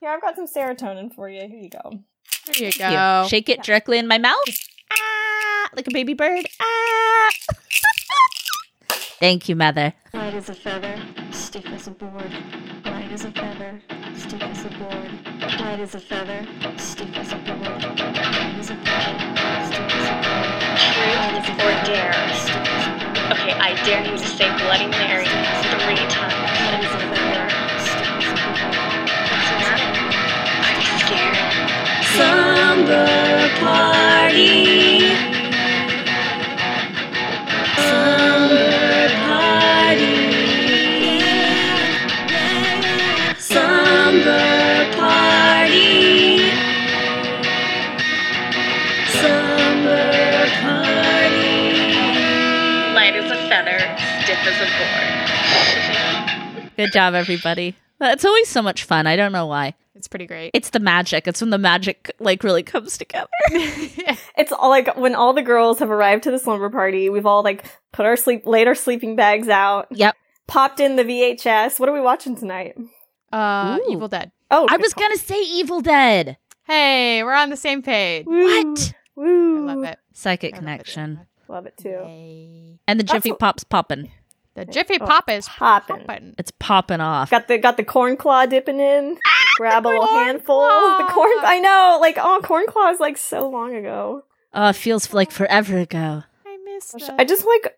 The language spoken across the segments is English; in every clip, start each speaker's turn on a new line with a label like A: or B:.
A: Here, I've got some serotonin for you. Here you go.
B: There you
C: You
B: go.
C: Shake it directly in my mouth. Ah, like a baby bird. Ah. Thank you, mother.
D: Light as a feather, stiff as a board. Light as a feather, stiff as a board. Light as a feather, stiff as a board. Light as a feather, stiff as a board. Light as a
E: Truth or
D: feather,
E: dare?
D: stiff as a board.
E: Okay, I dare you to say Bloody Mary three times.
D: Light as a feather, stiff as a board. Light as a feather,
E: I'm scared. Light as a feather, stiff as a board.
C: Good job, everybody. That's always so much fun. I don't know why.
B: It's pretty great.
C: It's the magic. It's when the magic like really comes together.
A: It's all like when all the girls have arrived to the slumber party, we've all like put our sleep, laid our sleeping bags out.
C: Yep.
A: Popped in the VHS. What are we watching tonight?
B: uh,
C: Ooh.
B: Evil Dead.
A: Oh,
C: I was
A: good
C: gonna say Evil Dead.
B: Hey, we're on the same page.
A: call. Woo,
C: What?
B: I
A: Woo.
B: love it. I
C: Psychic
B: love it so
C: connection.
B: much.
A: Love it too.
B: Yay.
C: And the
A: That's
C: Jiffy
A: what-
C: Pop's poppin'.
B: The Jiffy
A: Oh,
B: Pop is
A: poppin'.
B: poppin'.
C: It's popping off.
A: Got the got the corn claw dipping in. Grab a little
B: Ah, corn
A: handful. The corn.
B: claw.
A: I know. Like oh, corn claw is like so long ago.
C: Oh, it feels like forever ago.
B: I miss
A: Gosh,
B: that.
A: I just like.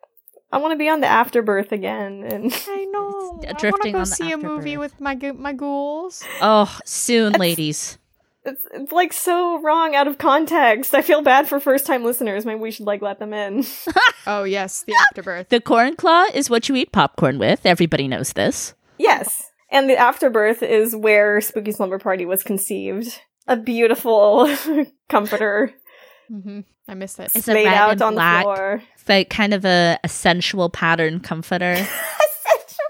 A: I want to be on the afterbirth again, and
B: I know.
C: d-
B: I want to
C: drifting
B: go
C: on the
B: see a movie
C: afterbirth.
B: with my goo my ghouls.
C: Oh, soon,
A: That's-
C: ladies.
A: it's, it's like so wrong out of context. I feel bad for first time listeners. Maybe we should like let them in.
B: Oh yes, the afterbirth.
C: The corn claw is what you eat popcorn with. Everybody knows this.
A: Yes. And the afterbirth is where Spooky Slumber Party was conceived. A beautiful comforter
B: hmm I miss it.
C: It's a
A: laid
C: red
A: out
C: and
A: on
C: black.
A: the floor.
C: It's like kind of a, a sensual pattern comforter.
A: I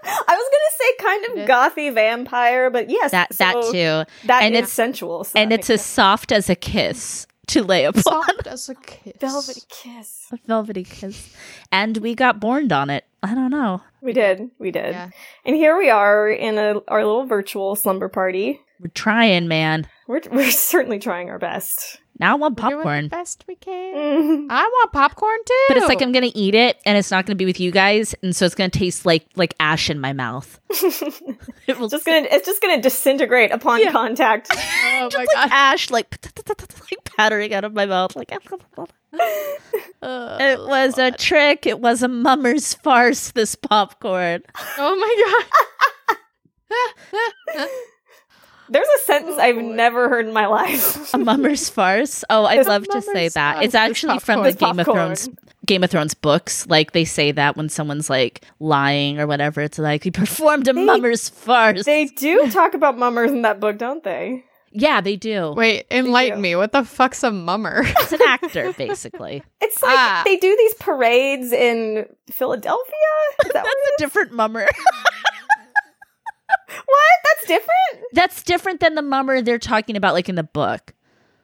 A: was gonna say kind of
B: It is.
A: gothy vampire, but yes,
C: that that
A: so
C: too.
A: that
C: and
A: is
C: it's-
A: sensual. so
C: And
A: that
C: it's
A: makes
C: as soft as a kiss to lay upon.
B: soft as a kiss.
A: sense. velvety kiss.
C: A velvety kiss. And we got borned on it. I don't know.
A: We did, we did,
B: Yeah.
A: and here we are in a, our little virtual slumber party.
C: We're trying, man.
A: We're we're certainly trying our best.
C: Now I want
B: We're doing the
C: popcorn.
B: best we can.
A: Mm.
B: I want popcorn too.
C: But it's like I'm gonna eat it and it's not gonna be with you guys, and so it's gonna taste like like ash in my mouth. It will
A: just gonna it's just gonna disintegrate upon
C: Yeah.
A: contact.
B: Oh my
C: just like
B: god.
C: ash, like like pattering out of my mouth. Like
B: Oh,
C: it was a trick. It was a mummer's farce. This popcorn.
B: Oh my god.
A: There's a sentence
B: Oh,
A: I've
B: boy.
A: never heard in my life.
C: A mummer's farce. Oh, I'd
A: It's a
C: love to say
B: mummer's
C: that. It's
B: farce. It's
C: actually from the
A: popcorn. It's
C: Game of
A: popcorn.
C: Thrones Game of Thrones books. Like they say that when someone's like lying or whatever, it's like he performed a
A: They-
C: mummer's farce.
A: They do talk about mummers in that book, don't they?
C: yeah, they do.
B: Wait, enlighten
A: you.
B: me. What the fuck's a mummer?
C: It's an actor, basically.
A: It's like
B: Ah.
A: they do these parades in Philadelphia. Is that
C: That's
A: what?
C: a different mummer.
A: what? That's different.
C: That's different than the mummer they're talking about, like in the book.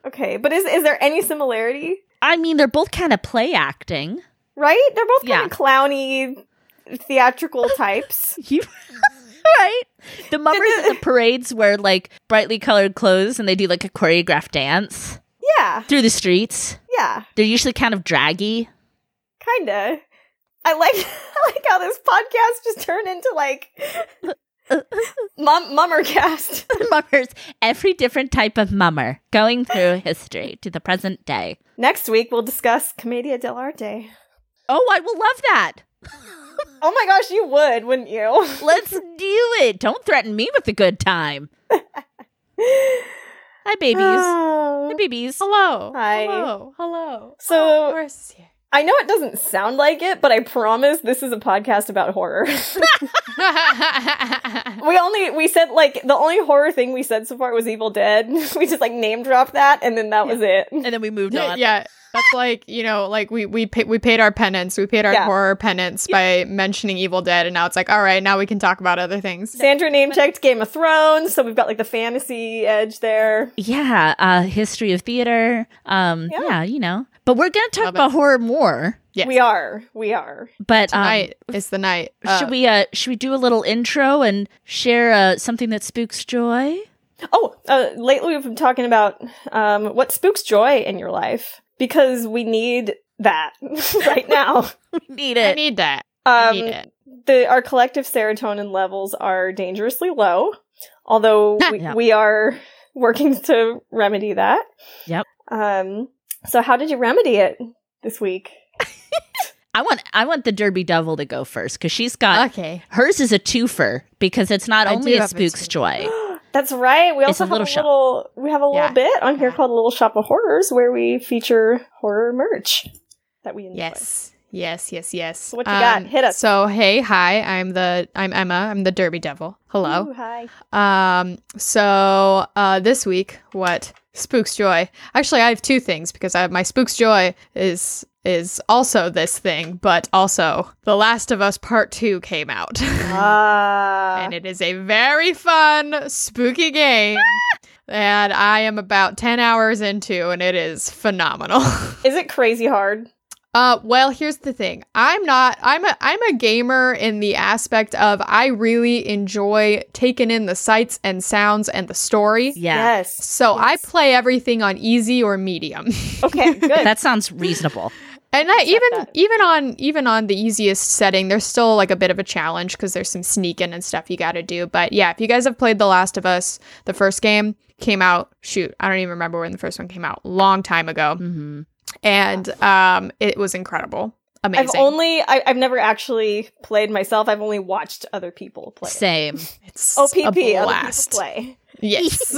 A: Okay, but is is there any similarity?
C: I mean, they're both kind of play acting.
A: Right? They're both kind
C: Yeah.
A: of clowny, theatrical types.
C: You right? The mummers at the parades wear like brightly colored clothes, and they do like a choreographed dance
A: Yeah,
C: through the streets.
A: yeah,
C: They're usually kind of draggy.
A: kinda. I like I like how this podcast just turned into like mum mummer cast.
C: The mummers, every different type of mummer, going through history to the present day.
A: Next week we'll discuss Commedia dell'arte.
C: Oh, I will love that.
A: Oh my gosh, you would, wouldn't you?
C: Let's do it. Don't threaten me with a good time. Hi, babies.
A: Oh.
C: Hi, babies.
B: Hello.
A: Hi.
B: Hello. Hello.
A: So-
B: Oh, Doris is here.
A: I know it doesn't sound like it, but I promise this is a podcast about horror. we only we said like the only horror thing we said so far was Evil Dead. We just like name dropped that, and then that was it.
C: And then we moved on.
B: yeah. That's like, you know, like we we pay, we paid our penance. We paid our
A: Yeah.
B: horror penance by mentioning Evil Dead and now it's like, all right, now we can talk about other things.
A: Sandra name checked Game of Thrones, so we've got like the fantasy edge there.
C: Yeah, uh, history of theater. Um, yeah.
A: Yeah.
C: you know. But we're gonna talk
B: Love it.
C: about horror more.
B: Yes.
A: We are, we are.
C: But um, uh,
B: Tonight is the night.
C: should we uh, should we do a little intro and share uh, something that uh, spooks joy?
A: Oh, uh, lately we've been talking about um, what spooks joy in your life because we need that right now.
C: We need
B: I
C: it.
B: need that. I need
A: Um,
B: it.
A: the our collective serotonin levels are dangerously low, although we,
C: Yeah.
A: we are working to remedy that.
C: Yep.
A: Um. So, how did you remedy it this week?
C: I want I want the Derby Devil to go first because she's got
B: okay.
C: hers is a twofer because it's not
B: I
C: only
B: do
C: a
B: have a
C: spook's
B: two.
C: joy.
A: That's right. We
C: It's
A: also
C: a
A: have
C: little
A: a
C: shop.
A: little we have a little
B: Yeah.
A: bit on here called a little shop of horrors where we feature horror merch that we enjoy.
B: Yes. Yes, yes, yes. Um,
A: So what you got? Hit us.
B: So hey, hi. I'm the I'm Emma. I'm the Derby Devil. Hello.
A: Ooh, hi.
B: Um, so uh, this week, what spooks joy? Actually, I have two things because I have my spooks joy is is also this thing, but also The Last of Us Part Two came out,
A: Ah.
B: and it is a very fun spooky game. And I am about 10 hours into, and it is phenomenal.
A: Is it crazy hard?
B: Uh, well, here's the thing. I'm not. I'm a. I'm a gamer in the aspect of I really enjoy taking in the sights and sounds and the story.
C: Yeah.
A: Yes.
B: So
A: Yes.
B: I play everything on easy or medium,
A: Okay, good.
C: That sounds reasonable.
B: and I,
A: Accept
B: even
A: that.
B: even on even on the easiest setting, there's still like a bit of a challenge because there's some sneaking and stuff you got to do. But yeah, if you guys have played The Last of Us, the first game came out. Shoot, I don't even remember when the first one came out. Long time ago,
C: hmm
B: and um, it was incredible, amazing.
A: I've only I, I've never actually played myself. I've only watched other people play. it.
C: Same.
B: It's
A: OPP, Oh, other
B: a
A: people
B: blast.
A: play.
B: Yes.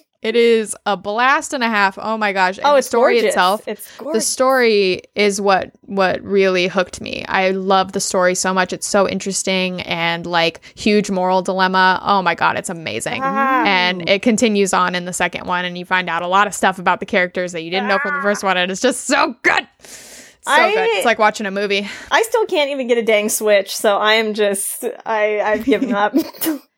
B: it is a blast and a half. Oh my gosh. And
A: Oh,
B: the
A: it's
B: story
A: gorgeous.
B: itself.
A: It's
B: The
A: gorgeous.
B: story is what what really hooked me. I love the story so much. It's so interesting and like huge moral dilemma. Oh my god, it's amazing.
A: Ah.
B: And it continues on in the second one and you find out a lot of stuff about the characters that you didn't know from the first one and it's just so good. So good.
A: I-
B: It's like watching a movie.
A: I still can't even get a dang switch, so I am just I I've given up.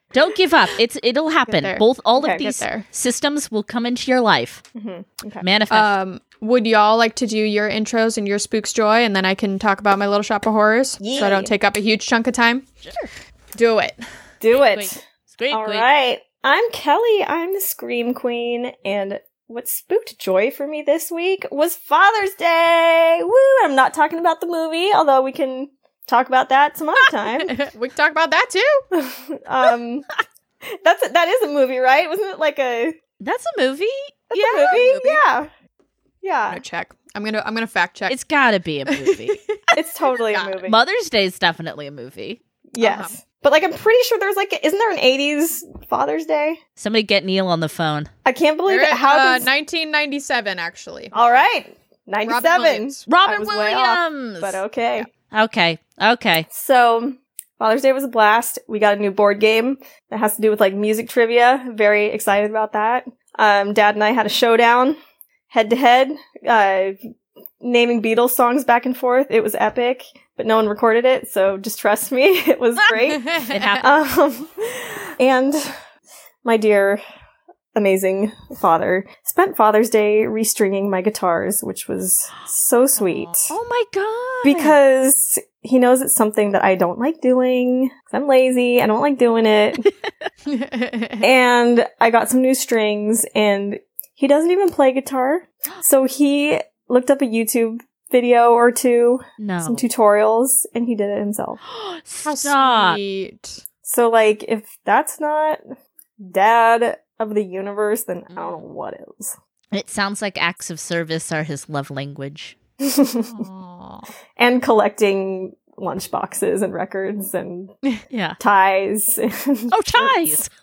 A: Mhm.
C: Don't give up. It's it'll happen.
B: there.
C: Both all
A: Okay,
C: of
A: get
C: these
B: there.
C: systems will come into your life.
A: okay.
C: Manifest.
B: Um, would y'all like to do your intros and your spooks joy, and then I can talk about my little shop of horrors, so I
A: Yeah.
B: don't take up a huge chunk of time. Sure, do it.
A: Do
C: Quick,
A: it.
C: Squeak,
A: All
C: squeak.
A: right. I'm Kelly. I'm the Scream Queen. And what spooked joy for me this week was Father's Day. Woo! I'm not talking about the movie, although we can talk about that some other time.
B: we can talk about that too.
A: um, that's a, that is a movie, right? Wasn't it like a,
C: That's a movie.
A: that's a movie? Yeah.
B: I'm
A: Yeah.
B: gonna check. I'm gonna I'm gonna fact check.
C: It's gotta be a movie.
A: It's totally a
B: Yeah.
A: movie.
C: Mother's Day is definitely a movie.
A: yes.
B: Uh-huh.
A: But like I'm pretty sure there's like a, isn't there an 80s Father's Day?
C: Somebody get Neil on the phone.
A: I can't believe
B: They're
A: it.
B: at,
A: How
B: uh,
A: does
B: 1997 actually.
A: All right.
B: Robin
A: 97.
B: Williams.
A: I
C: Robin
A: was way off,
C: Williams.
A: But okay.
C: okay. Okay.
A: So Father's Day was a blast. We got a new board game that has to do with like music trivia. Very excited about that. Um, Dad and I had a showdown, head to head, uh, naming Beatles songs back and forth. It was epic, but no one recorded it, so just trust me, it was great.
C: happened.
A: um, and my dear, amazing father spent Father's Day restringing my guitars, which was so sweet
C: Oh my god.
A: because he knows it's something that I don't like doing. 'cause I'm lazy. I don't like doing it. and I got some new strings and he doesn't even play guitar. So he looked up a YouTube video or two,
C: no.
A: some tutorials, and he did it himself.
B: How
C: Stop.
B: sweet.
A: So like if that's not dad of the universe, then I don't know what
C: It sounds like acts of service are his love language.
A: is.
B: Aw.
A: and collecting lunch boxes and records and
C: Yeah.
A: ties.
C: Oh, ties.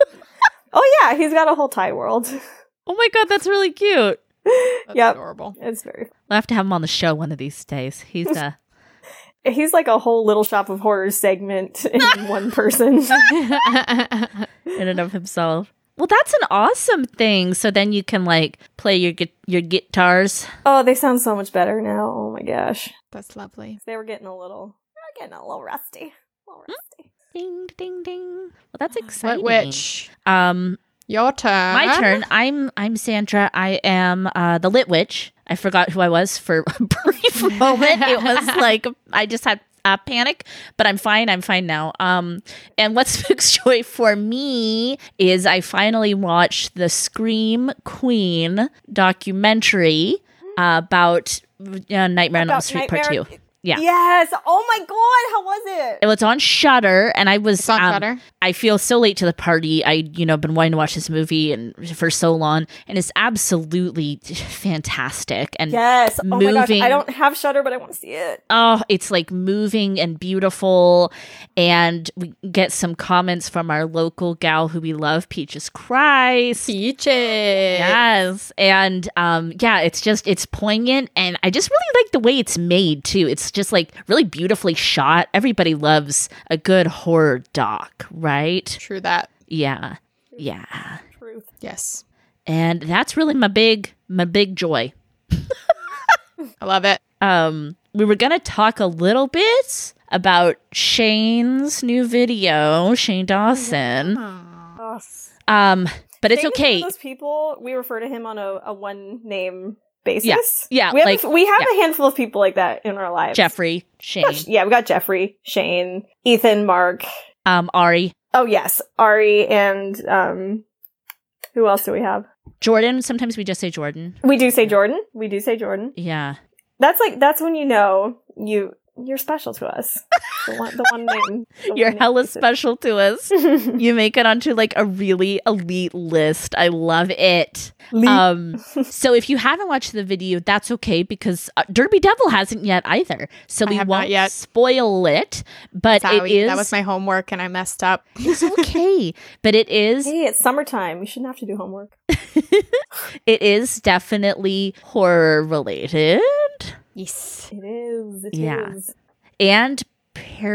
A: Oh yeah, he's got a whole Thai world.
C: Oh my god, that's really cute.
B: That's
A: Yep.
B: adorable.
A: It's very.
C: We'll have to have him on the show one of these days. He's uh
A: He's like a whole little shop of horrors segment in one person.
C: in and of himself. Well, that's an awesome thing. So then you can like play your gu- your guitars.
A: Oh, they sound so much better now. Oh my gosh,
B: That's lovely.
A: they were getting a little, they were getting a little rusty. A
C: Hmm?
A: little rusty.
C: Ding ding ding. Well, that's
B: What Uh-huh.
C: exciting.
B: witch?
C: Um,
B: Your turn.
C: my turn. I'm I'm Sandra. I am uh, the Lit Witch. I forgot who I was for a brief moment. It was like I just had uh, panic, but I'm fine. I'm fine now. Um, and what spooks joy for me is I finally watched the Scream Queen documentary uh, about uh, Nightmare on Elm
A: About
C: Street
A: Nightmare-
C: Part Two. Yeah.
A: Yes. Oh my god, how was
C: It was on Shutter, and I was
B: It's on
C: um,
B: Shutter.
C: I feel so late to the party. I, you know, been wanting to watch this movie and for so long, and it's absolutely fantastic. And
A: Yes. Oh my gosh,
C: Moving.
A: I don't have Shutter, but I want to see it.
C: oh, it's like moving and beautiful. And we get some comments from our local gal who we love, Peaches Christ.
B: Peaches.
C: Yes. And um yeah, it's just it's poignant and I just really like the way it's made too. It's just like really beautifully shot. Everybody loves a good horror doc, right?
B: True that.
C: Yeah. Yeah.
A: Truth.
B: Yes.
C: And that's really my big my big joy.
B: I love it.
C: um, we were going to talk a little bit about Shane's new video, Shane Dawson.
A: Ugh.
C: Um, but it's
A: Shane is one of
C: okay.
A: Those people, we refer to him on a, a one name basis.
C: Yeah,
A: We have,
C: like-
A: a, we have a handful of people like that in our lives.
C: Jeffrey,
A: We
C: Shane,
A: got- Yeah, we got Jeffrey, Shane, Ethan, Mark.
C: um, Ari,
A: Oh yes, Ari and um, who else do we have?
C: Jordan. Sometimes we just say Jordan.
A: We do say Jordan. We do say Jordan.
C: Yeah.
A: That's like that's when you know you you're special to us. The one, the one name. the one
C: You're
A: name
C: hella
A: basis.
C: special to us. You make it onto like a really elite list. I love it.
A: Lee-
C: Um, so if you haven't watched the video, that's okay because uh, Derby Devil hasn't yet either. So
B: I
C: we
B: have
C: won't
B: not yet.
C: spoil it, but it
B: Sorry,
C: is
B: that was my homework and I messed up.
C: it's okay. but it is
A: hey, it's summertime. You shouldn't have to do homework.
C: it is definitely horror related
B: Yes.
A: It is. It
C: Yeah.
A: is.
C: and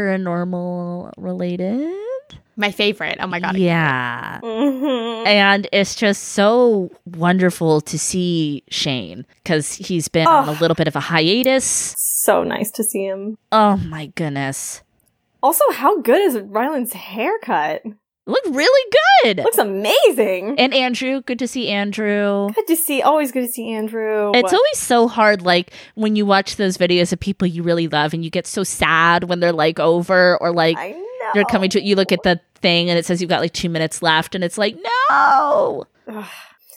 C: paranormal related.
B: My favorite. Oh my god.
C: Yeah.
A: Mhm.
C: And it's just so wonderful to see Shane because he's been on a
A: Ugh.
C: little bit of a hiatus.
A: So nice to see him.
C: Oh my goodness.
A: Also, how good is Ryland's haircut?
C: Look really good.
A: Looks amazing.
C: And Andrew, good to see Andrew.
A: Good to see. Always good to see Andrew.
C: It's always so hard, like when you watch those videos of people you really love, and you get so sad when they're like over, or like
A: I know.
C: they're coming to you. Look at the thing, and it says you've got like two minutes left, and it's like no.
A: Ugh.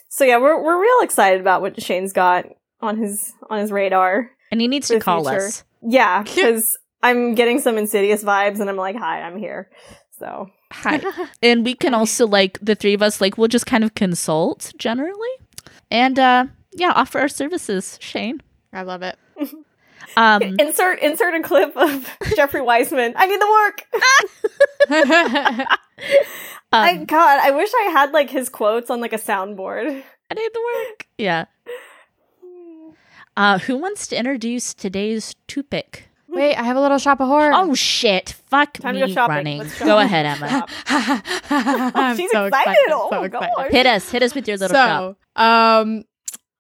A: So yeah, we're we're real excited about what Shane's got on his on his radar.
C: And he needs
A: For
C: to
A: the
C: call
A: future.
C: us.
A: Yeah, because I'm getting some insidious vibes, and I'm like, hi, I'm here. So
C: Hi. and we can also like the three of us, like we'll just kind of consult generally, and uh yeah, offer our services, Shane.
B: I love it.
C: Um,
A: insert insert a clip of Jeffrey Weissman. I need the work.
B: I
A: I,
C: um,
A: God, I wish I had like his quotes on like a soundboard.
C: I did the work. Yeah. Uh, who wants to introduce today's topic?
B: Wait, I have a little shop of horror.
C: Oh shit! Fuck
A: Time
C: me
A: to go shopping.
C: running.
A: Let's
C: Go
A: shop.
C: ahead, Emma.
A: Shop.
B: I'm
A: She's
B: so
A: excited. Oh
B: so
A: my
B: excited.
A: God.
C: Hit us. Hit us with your little shop.
B: so, um,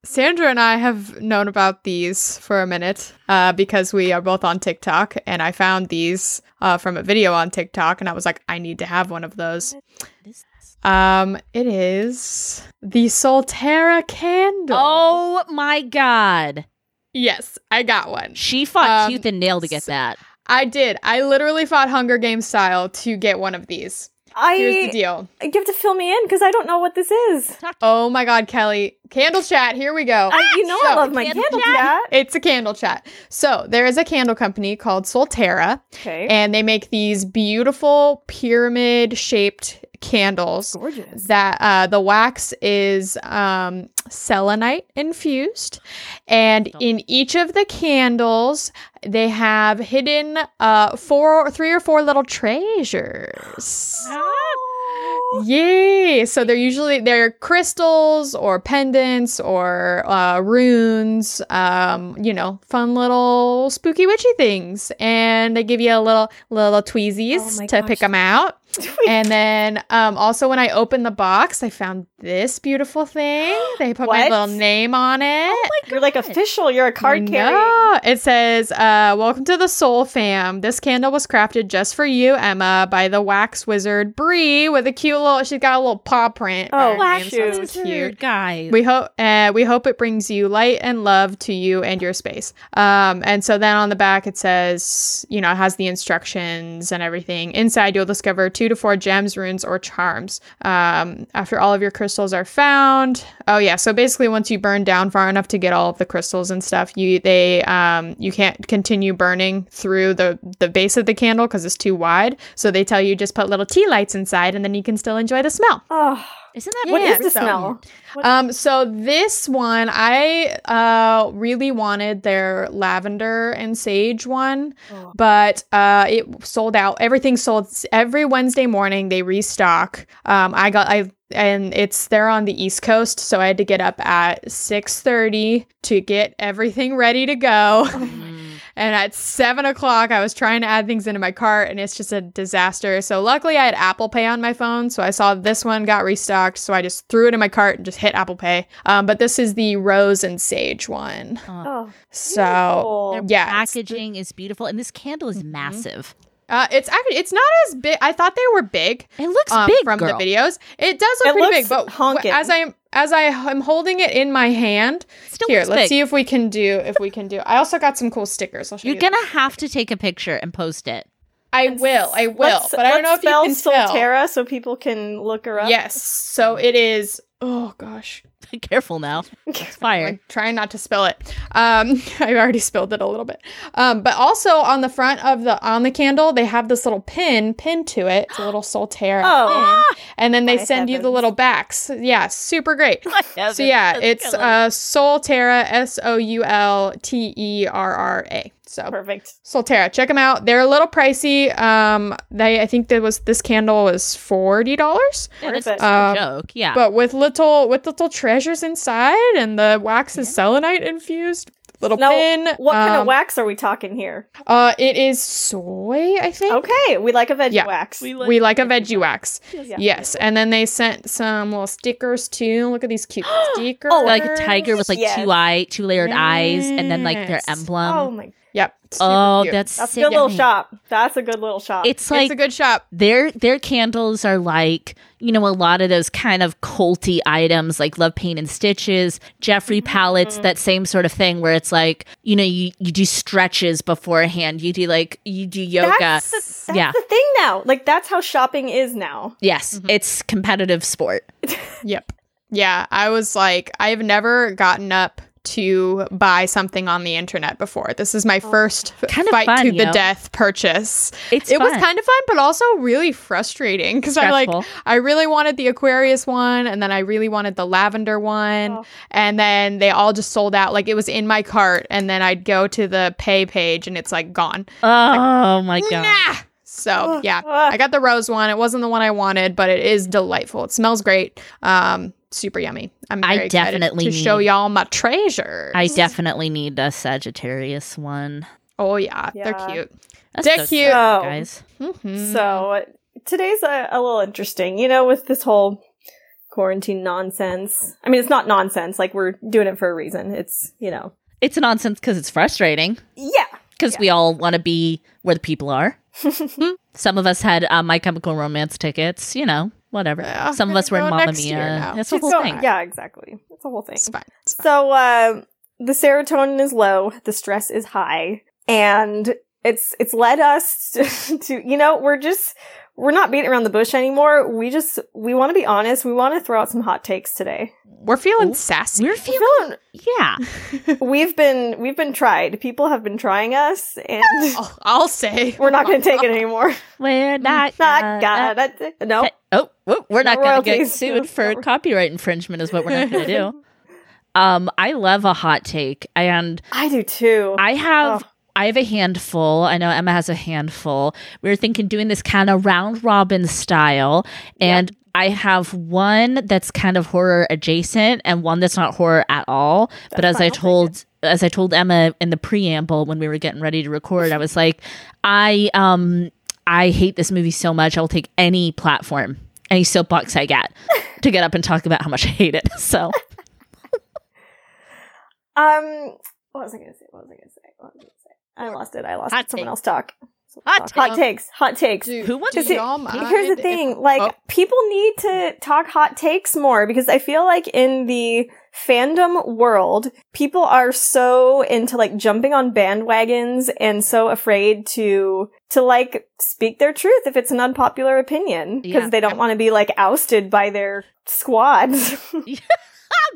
B: Sandra and I have known about these for a minute uh, because we are both on TikTok, and I found these uh, from a video on TikTok, and I was like, I need to have one of those. Um, it is the Solterra candle.
C: Oh my god.
B: yes, I got one.
C: She fought
B: Um,
C: tooth and nail to get that.
B: I did. I literally fought Hunger Games style to get one of these.
A: I
B: Here's the deal.
A: you have to fill me in because I don't know what this is.
B: Oh my God, Kelly, candle chat. Here we go.
A: I, you know I
B: Oh, So-
A: love my
C: candle
A: candle
C: chat.
A: chat.
B: It's a candle chat. So there is a candle company called Solterra,
A: Okay,
B: and they make these beautiful pyramid shaped candles
A: gorgeous.
B: that uh, the wax is um, selenite infused and in each of the candles they have hidden uh, four three or four little treasures Yay! So they're usually they're crystals or pendants or uh, runes, um, you know, fun little spooky witchy things, and they give you a little little tweezies
A: Oh my
B: to
A: gosh.
B: pick them out. and then um, also when I opened the box, I found this beautiful thing. They put my
A: What?
B: little name on it.
A: You're like official. You're a card carrier.
B: No, it says, uh, "Welcome to the Soul Fam. This candle was crafted just for you, Emma, by the wax wizard Bree, with a cute little. She's got a little paw print.
A: Oh,
B: on her
A: wax
B: name, so it's
A: wizard.
B: cute.
C: guys.
B: We hope uh, we hope it brings you light and love to you and your space. Um, and so then on the back it says, you know, it has the instructions and everything. Inside you'll discover two to four gems, runes, or charms. Um, after all of your crystals are found, oh yeah, so basically once you burn down far enough to get all of the crystals and stuff, you they um, you can't continue burning through the the base of the candle because it's too wide. So they tell you just put little tea lights inside, and then you can still enjoy the smell.
A: Oh,
C: Isn't that
A: what is
B: Yeah,
A: the
B: so-
A: smell?
B: Um, so this one, I uh really wanted their lavender and sage one,
A: Oh.
B: but uh, it sold out. Everything sold every Wednesday morning. They restock. Um, I got I and it's they're on the East Coast, so I had to get up at six thirty to get everything ready to go. And at seven o'clock, I was trying to add things into my cart, and it's just a disaster. So luckily, I had Apple Pay on my phone, so I saw this one got restocked, so I just threw it in my cart and just hit Apple Pay. Um, but this is the rose and sage one,
A: Oh,
B: Um, so
A: beautiful.
C: Their
B: yeah, it's-
C: packaging is beautiful, and this candle
A: Mm-hmm.
C: is massive.
B: uh, it's actually it's not as big. I thought they were big.
C: It looks
B: um,
C: big
B: from
C: girl.
B: the videos. It does look
A: It
B: pretty
A: looks
B: big, but w-
A: honking.
B: as I'm as I am holding it in my hand,
C: Still
B: here,
C: looks
B: let's
C: big.
B: see if we can do if we can do. I also got some cool stickers. I'll show
C: You're
B: you
C: gonna have to take a picture and post it.
B: I will. I will.
A: Let's-
B: but I don't know if
A: let's
B: you can
A: spell
B: tell.
A: Solterra so people can look her up.
B: Yes. So it is. Oh gosh,
C: Be careful now. It's fire.
B: I'm trying not to spell it. Um, I already spilled it a little bit. Um, but also on the front of the on the candle, they have this little pin pinned to it. It's a little Solterra
A: Oh.
B: pin, and then they
A: My
B: send you the
A: heavens.
B: little backs. Yeah, super great.
C: Heaven,
B: So yeah,
C: that's
B: it's
C: gonna-
B: uh, Solterra, S O U L T E R R A. So
A: Perfect.
B: Solterra, check them out. They're a little pricey. Um, they I think there was this candle was forty dollars,
C: yeah, that's
A: perfect.
C: no
B: Uh,
C: joke. Yeah.
B: but with little with little treasures inside, and the wax is selenite infused. Little
A: Now,
B: pin.
A: What kind of
B: um,
A: wax are we talking here?
B: Uh, it is soy. I think
A: Okay, we like a veggie
B: yeah.
A: wax.
B: we like a veggie wax.
A: Yeah.
B: Yes, and then they sent some little stickers too. Look at these cute stickers.
C: oh, like a tiger with like
A: Yes.
C: two eye, two layered eyes, and then like their
B: Yes.
A: oh
C: emblem.
A: my,
B: Yep. super
C: Oh,
B: cute.
C: that's
A: that's a
C: sick.
A: good little
C: I mean,
A: shop. That's a good little shop.
C: It's
B: it's
C: like
B: a good shop.
C: their their candles are like you know a lot of those kind of culty items like love pain and stitches jeffrey palettes
A: Mm-hmm.
C: that same sort of thing where it's like you know you, you do stretches beforehand you do like you do yoga
A: that's, the, that's
C: yeah.
A: the thing now. Like that's how shopping is now.
C: yes it's competitive sport
B: Yep. Yeah, I was like, I've never gotten up to buy something on the internet before. This is my first f-
C: Kind of
B: fight
C: Oh, fun,
B: to the
C: yo.
B: death purchase.
C: it's
B: it was kind of fun, but also really frustrating because I like
C: Stressful.
B: I really wanted the Aquarius one, and then I really wanted the lavender one,
A: Oh.
B: and then they all just sold out. Like it was in my cart, and then I'd go to the pay page, and it's like gone.
C: oh my god
B: Nah! So
C: Ah,
A: Ugh,
B: yeah,
A: ugh.
B: I got the rose one. It wasn't the one I wanted, but it is delightful. It smells great. Um, super yummy. I'm
C: I
B: very excited
C: definitely
B: to show
C: need-
B: y'all my treasures.
C: i definitely need a sagittarius one
B: oh yeah,
A: Yeah.
B: they're cute.
C: that's
B: They're
C: so
B: cute.
C: sad,
A: Oh.
C: guys
B: Mhm.
A: So today's a, a little interesting, you know, with this whole quarantine nonsense. I mean, it's not nonsense. Like we're doing it for a reason. It's you know,
C: it's a nonsense because it's frustrating
A: yeah.
C: because we all want to be where the people are. Some of us had uh, My Chemical Romance tickets, you know, whatever.
B: Yeah.
C: Some of us were
B: Go
C: in Mamma
B: next year
C: Mia.
B: now.
C: That's the
A: It's
C: whole
A: all-
C: thing.
A: Yeah, exactly. It's a whole thing.
B: it's fine. It's fine.
A: So uh, the serotonin is low, the stress is high, and it's it's led us to, you know we're just we're not beating around the bush anymore. We just we want to be honest. We want to throw out some hot takes today.
B: We're feeling sassy.
C: We're
A: We're
C: feeling, yeah.
A: we've been we've been tried. People have been trying us, and
B: I'll, I'll say
A: we're not going to take it anymore.
C: We're not,
A: Not
C: gonna- uh,
A: gonna no.
C: Oh, whoop, we're
A: No
C: not going to get
A: royalties.
C: sued for copyright infringement, is what we're not going to do. Um, I love a hot take, and
A: I do too.
C: I have
A: Oh.
C: I have a handful. I know Emma has a handful. We were thinking doing this kind of round robin style and I have one that's kind of horror adjacent and one that's not horror at all. but as I told as I told Emma in the preamble when we were getting ready to record, I was like, I um I hate this movie so much. I'll take any platform, any soapbox I get to get up and talk about how much I hate it. So
A: Um, what was I gonna say? What was I gonna say? What was I gonna say? I lost it. I lost
C: Hot
A: it. Someone
C: take.
A: else talk. Someone
C: Hot
A: talk. hot takes. Hot takes.
B: Do,
C: Who wants
B: do
C: to see-
B: y'all mind
A: Here's the
B: if-
A: thing, like
B: oh.
A: people need to talk hot takes more because I feel like in the fandom world, people are so into like jumping on bandwagons and so afraid to to like speak their truth if it's an unpopular opinion because
C: Yeah.
A: they don't want to be like ousted by their squads.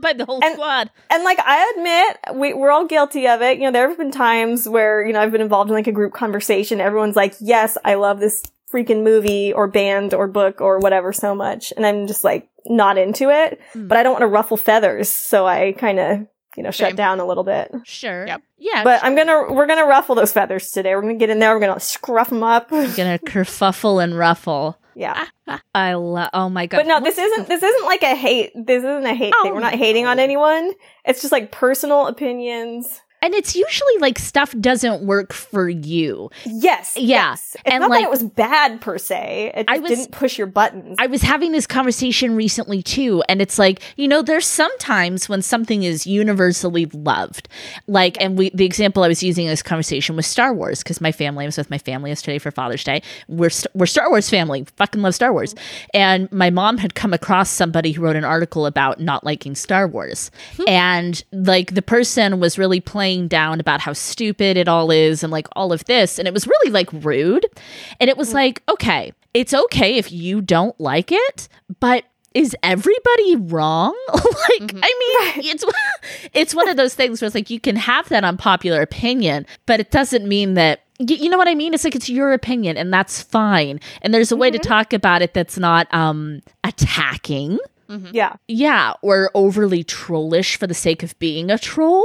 C: by the whole
A: And-
C: squad.
A: And like I admit, we, we're all guilty of it. You know, there have been times where you know I've been involved in like a group conversation. Everyone's like, "Yes, I love this freaking movie or band or book or whatever so much," and I'm just like not into it.
C: Mm.
A: But I don't want to ruffle feathers, so I kind of you know shut
B: Same.
A: down a little bit.
C: Sure.
B: Yep.
C: Yeah.
A: But I'm gonna we're gonna ruffle those feathers today. We're gonna get in there. We're gonna scruff them up.
C: I'm gonna Ah, kerfuffle and ruffle.
A: yeah.
C: I love. Oh my god.
A: But no, this isn't this isn't like a hate. This isn't a hate thing.
C: Oh,
A: We're not hating on
C: no.
A: anyone. It's just like personal opinions.
C: and it's usually like stuff doesn't work for you.
A: Yes.
C: Yeah,
A: yes. It's
C: and,
A: not
C: like-
A: that it was bad per se. It just
C: I was-
A: didn't push your buttons.
C: I was having this conversation recently too, and it's like you know, there's sometimes when something is universally loved, like, and we the example I was using in this conversation was Star Wars because my family I was with my family yesterday for Father's Day. We're st- we're Star Wars family, fucking love Star Wars, and my mom had come across somebody who wrote an article about not liking Star Wars, and like the person was really playing down about how stupid it all is and like all of this, and it was really like rude, and it was like okay it's okay if you don't like it, but is everybody wrong? like, I mean, it's it's one of those things where it's like you can have that unpopular opinion, but it doesn't mean that you, you know what I mean. It's like it's your opinion, and that's fine. And there's a way to talk about it that's not um attacking,
A: yeah.
C: yeah, or overly trollish for the sake of being a troll.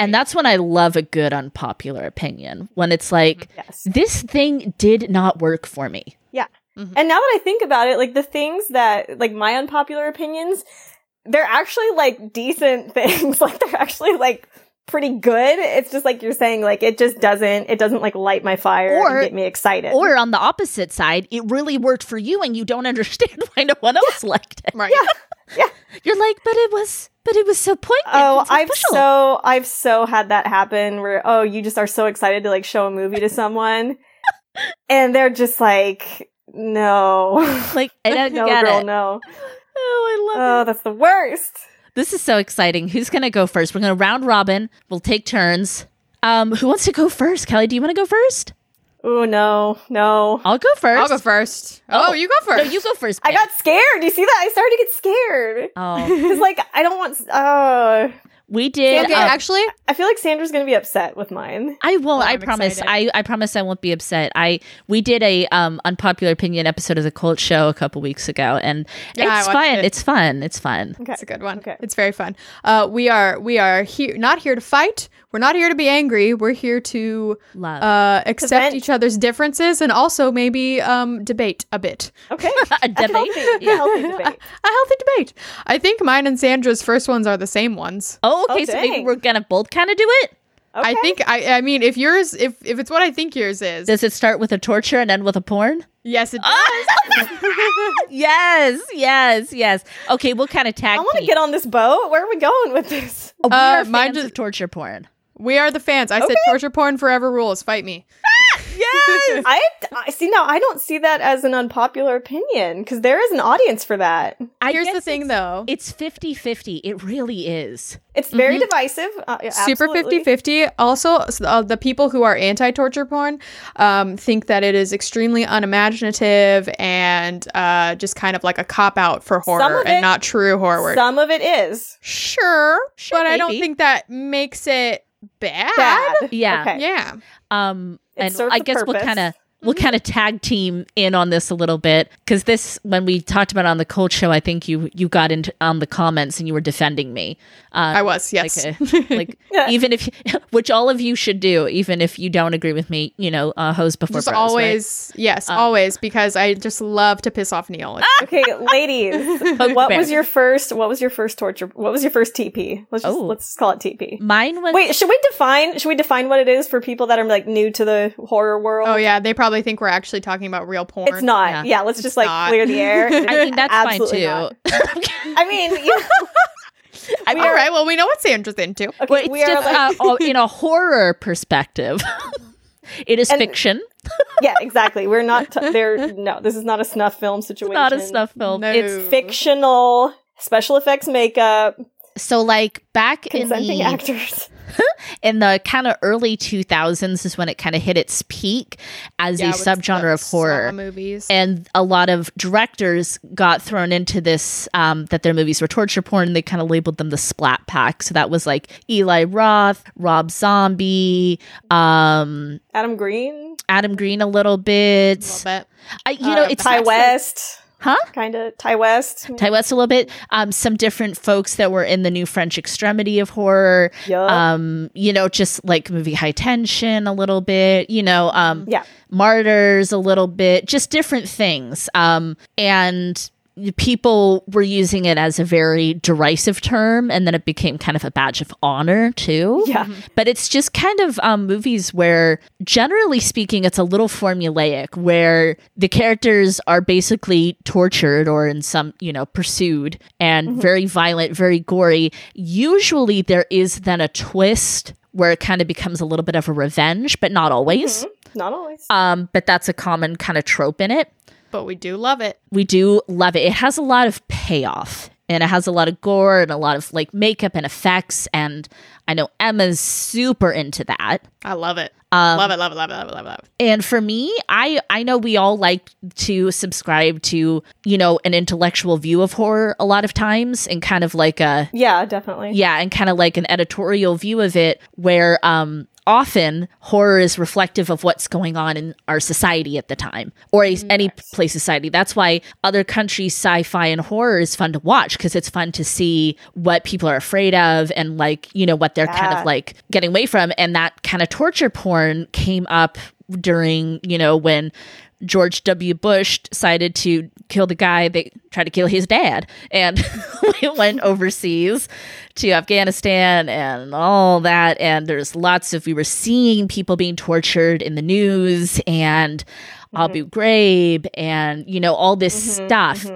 C: And that's when I love a good unpopular opinion when it's like.
A: Yes.
C: This thing did not work for me. Mm-hmm.
A: And now that I think about it, like the things that like my unpopular opinions, they're actually like decent things. like they're actually like pretty good. It's just like you're saying, like it just doesn't it doesn't like light my fire
C: Or-
A: and get me excited.
C: Or on the opposite side, it really worked for you and you don't understand why no one else liked it.
B: Right.
C: You're like, but it was but it was so poignant.
A: Oh,
C: and so
A: I've
C: special."
A: so I've so had that happen where oh, you just are so excited to like show a movie to someone, and they're just like, no,
C: like I don't
A: no,
C: get
A: girl,
C: it.
A: no.
C: Oh, I love
A: Oh,
C: it.
A: that's the worst.
C: This is so exciting. Who's gonna go first? We're gonna round robin. We'll take turns. Um, who wants to go first? Kelly, do you wanna go first?
A: Oh no, no.
C: I'll go 1st
B: I'll go first. Oh,
C: Oh.
B: you go
C: No,
B: first.
C: you go first.
A: I
C: babe.
A: got scared. You see that? I started to get scared.
C: Oh,
A: Cause like I don't want. s- Uh,
C: we did.
B: okay,
C: um,
B: actually,
A: I feel like Sandra's gonna be upset with mine.
C: I won't.
B: Oh,
C: I
B: I'm
C: promise.
B: excited.
C: I, I promise I won't be upset. I we did a um unpopular opinion episode of the Cult Show a couple weeks ago, and
B: Yeah, I
C: it's
B: watched
C: fun.
B: it.
C: It's fun. It's fun.
A: Okay.
B: It's a good one.
A: Okay.
B: It's very fun. Uh, we are we are here not here to fight. We're not here to be angry. We're here to
C: Love.
B: uh, accept
A: vent.
B: each other's differences and also maybe um, debate a bit.
A: Okay.
C: a debate.
A: Healthy,
C: Yeah.
A: healthy debate.
B: A healthy debate. I think mine and Sandra's first ones are the same ones.
C: Oh, okay.
A: Oh,
C: so maybe
A: dang.
C: we're gonna both kind of do it.
A: Okay.
B: I think I I mean if yours if if it's what I think yours is.
C: Does it start with a torture and end with a porn?
B: yes, it
C: Ah! yes, yes, yes. Okay, we'll kind of tag.
A: I want to
C: team.
A: get on this boat. Where are we going with this?
C: We
B: Uh,
C: are
B: mine
C: fans
B: does-
C: of torture porn.
B: we are the fans. I said torture porn forever rules. Fight me.
A: Yes, I, I see. Now I don't see that as an unpopular opinion because there is an audience for that.
C: I
B: Here's
C: guess
B: the thing
C: it's-
B: though.
C: It's 50-50. It really is.
A: It's very
C: Mm-hmm.
A: divisive. Uh, yeah,
B: super
A: absolutely.
B: 50-50 also s- uh, the people who are anti-torture porn um, think that it is extremely unimaginative and uh, just kind of like a cop out for horror
A: of it-
B: and not true horror
A: Some of it is
B: sure,
C: Sure,
B: but i don't
C: maybe.
B: think that makes it bad,
A: bad.
C: Yeah.
A: Okay.
B: yeah
C: Um,
A: It
C: and
A: serves
C: I
A: a
C: guess we'll
A: purpose. Mm-hmm.
C: kind of we'll kind of tag team in on this a little bit because this when we talked about it on the cold show, I think you you got into on the comments and you were defending me. Uh,
B: i was yes
C: Like, a, like even if which all of you should do, even if you don't agree with me, you know, uh, hose before
B: just
C: bros, right? Um.
B: always yes always because i just love to piss off neil It's-
A: Okay, ladies,
C: Poke
A: what
C: bear.
A: was your first? What was your first torture? What was your first TP? Let's just
C: Oh.
A: let's just call it TP.
C: Mine was
A: Wait, should we define? Should we define what it is for people that are like new to the horror world?
B: oh yeah they probably think we're actually talking about real porn.
A: It's not.
C: Yeah.
A: Yeah, let's just like
B: not.
A: clear the air.
C: I think that's
A: Absolutely
C: fine
A: not.
C: too.
A: I mean, you
C: I
B: All right. Well, we know what Sandra's into.
A: okay,
C: Well, it's
A: we are
C: just
A: like,
C: uh, all- in a horror perspective. it is
A: And-
C: fiction,
A: yeah, exactly. We're not t- there. No, this is not a snuff film situation.
C: not a snuff film.
B: No.
C: It's
A: Fictional special effects, makeup,
C: so like back in
A: consenting
C: the
A: actors.
C: in the kind of early 2000s is when it kind of hit its peak as
B: Yeah,
C: a
B: with the
C: subgenre of
B: Saw
C: horror.
B: movies.
C: and a lot of directors got thrown into this um, that their movies were torture porn and they kind of labeled them the splat pack so that was like eli roth rob zombie um,
A: Adam Green,
C: adam green a little
B: a
C: bit,
B: little bit.
C: I, you know
B: Uh,
C: it's
A: Ty
C: not so-
A: West,
C: Huh?
A: Kind of Ty West.
C: ty west a little bit um, some different folks that were in the new french extremity of horror
A: Yup.
C: um you know just like movie high tension a little bit you know um
A: Yeah.
C: martyrs a little bit just different things um and people were using it as a very derisive term and then it became kind of a badge of honor too
A: yeah.
C: but it's just kind of um, movies where generally speaking it's a little formulaic where the characters are basically tortured or in some you know pursued and very violent very gory usually there is then a twist where it kind of becomes a little bit of a revenge but not always
A: Not always.
C: um, but that's a common kind of trope in it
B: But we do love it.
C: we do love it. It has a lot of payoff and it has a lot of gore and a lot of like makeup and effects. And I know Emma's super into that.
B: I love it.
C: Um,
B: love it. Love it. Love it. Love it. Love it. Love it.
C: and for me, I I know we all like to subscribe to, you know, an intellectual view of horror a lot of times and kind of like a
A: yeah, definitely.
C: yeah, and kind of like an editorial view of it where um often horror is reflective of what's going on in our society at the time or a- any place society. That's why other countries sci-fi and horror is fun to watch because it's fun to see what people are afraid of and like, you know, what they're kind
A: Yeah.
C: of like getting away from and that kind of torture porn came up during, you know, when George W. Bush decided to kill the guy that tried to kill his dad. And we went overseas to Afghanistan and all that. And there's lots of, we were seeing people being tortured in the news and Abu
A: Mm-hmm.
C: Ghraib and, you know, all this stuff.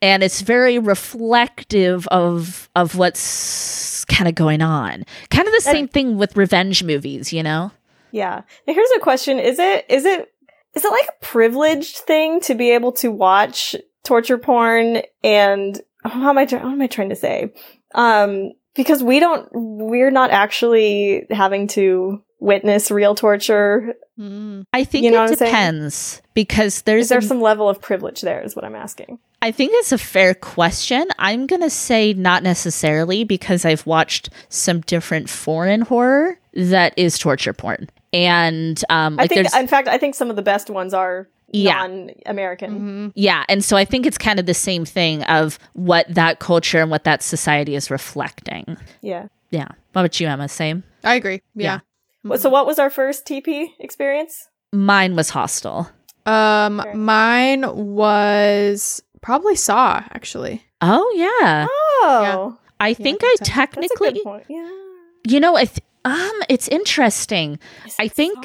C: And it's very reflective of of what's kind of going on. Kind of the same thing with revenge movies, you know?
A: Yeah. Now here's a question: Is it is it is it like a privileged thing to be able to watch torture porn and oh, how am I try- what am I trying to say? Um, because we don't we're not actually having to witness real torture.
B: Mm.
C: I think
A: You know
C: it
A: what I'm saying?
C: depends because there's
A: Is there
C: a-
A: some level of privilege there? Is what I'm asking.
C: I think it's a fair question. I'm going to say not necessarily because I've watched some different foreign horror that is torture porn. And um like
A: I think,
C: there's
A: in fact, I think some of the best ones are
C: Yeah. Mm-hmm.
A: non-American.
B: Mm-hmm.
C: yeah, and so I think it's kind of the same thing of what that culture and what that society is reflecting.
A: Yeah.
C: Yeah. What about you, Emma? Same.
B: I agree. Yeah. Mm-hmm.
A: Wha-
C: Mm-hmm.
A: So, what was our first TP experience?
C: Mine was hostile.
B: Um, mine was probably Saw actually.
C: Oh yeah.
A: Oh,
C: I think I
A: that's
B: that's a-
A: a
C: technically
A: good point. Yeah.
C: you know, I th- um it's interesting. I think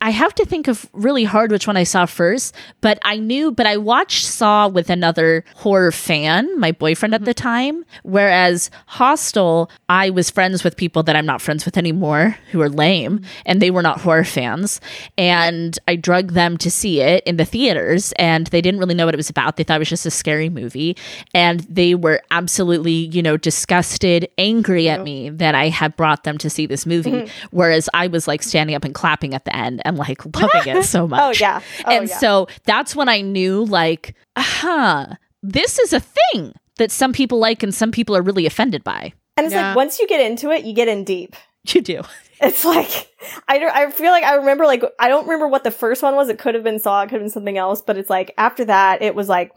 C: I have to think of really hard which one I saw first, but I knew, but I watched Saw with another horror fan, my boyfriend at the time. Whereas Hostel, I was friends with people that I'm not friends with anymore who are lame and they were not horror fans. And I drugged them to see it in the theaters and they didn't really know what it was about. They thought it was just a scary movie and they were absolutely, you know, disgusted, angry at me that I had brought them to see this movie.
A: Mm-hmm.
C: Whereas I was like standing up and clapping at the end and like loving it so
A: Oh
C: much.
A: yeah. Oh,
C: and
A: yeah.
C: so that's when I knew, like, huh, this is a thing that some people like and some people are really offended by.
A: And it's
B: Yeah.
A: like once you get into it, you get in deep.
C: You do.
A: It's like I don't. I feel like I remember like I don't remember what the first one was. It could have been Saw. It could have been something else. But it's like after that, it was like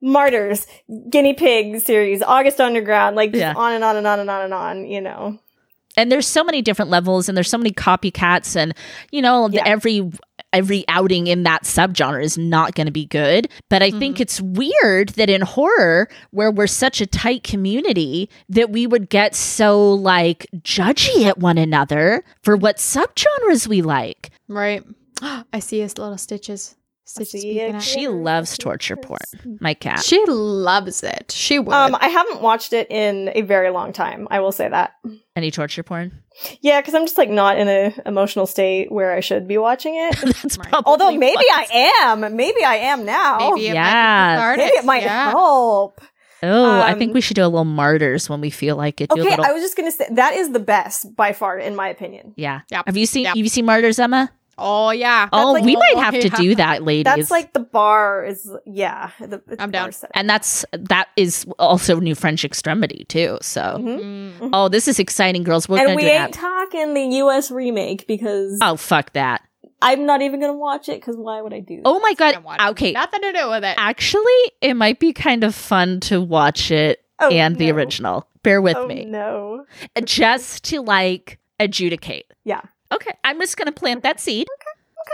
A: Martyrs, Guinea Pig series, August Underground, like just
C: Yeah.
A: on and on and on and on and on. You know.
C: and there's so many different levels and there's so many copycats and you know the-
A: Yeah.
C: every every outing in that subgenre is not going to be good but i
A: Mm-hmm.
C: think it's weird that in horror where we're such a tight community that we would get so like judgy at one another for what subgenres we like
B: Right. I see his little stitches. Stitch is
A: See
B: peeking
A: ya.
B: out.
C: She loves torture porn. My cat.
B: She loves it. She would.
A: Um, I haven't watched it in a very long time. I will say that.
C: Any torture porn?
A: Yeah, because I'm just like not in a emotional state where I should be watching it.
C: That's
B: Right.
C: probably
A: Although maybe
C: why.
A: I am. Maybe I am now.
B: Maybe it
C: yeah.
B: might be cathartic.
A: oh, Maybe it might
B: yeah.
A: help.
C: Oh, I think
A: Um,
C: we should do a little martyrs when we feel like it. Do a
A: Okay,
C: little,
A: I was just gonna say that is the best by far, in my opinion.
C: yeah.
B: Yep.
C: Have you seen?
B: Yep.
C: Have you seen martyrs, Emma?
B: Oh yeah.
C: Oh,
A: like-
C: we might have to
B: yeah.
C: do that, ladies.
A: That's like the bar is yeah. The, the
B: I'm
A: bar
B: down.
A: set.
C: and that's that is also new French extremity too. So,
A: Mhm.
B: Mm.
C: oh, this is exciting, girls. We're
A: and
C: gonna
A: we
C: do
A: ain't
C: that.
A: talking the U.S. remake because
C: oh, fuck that.
A: I'm not even gonna watch it because why would I do?
C: Oh my god.
B: Don't want it.
C: Okay,
B: Nothing to do with it.
C: actually, it might be kind of fun to watch it
A: that? Oh,
C: and the
A: no.
C: original. Bear with
A: Oh,
C: me,
A: No,
C: just to like adjudicate.
A: Yeah.
C: Okay, I'm just gonna plant that seed.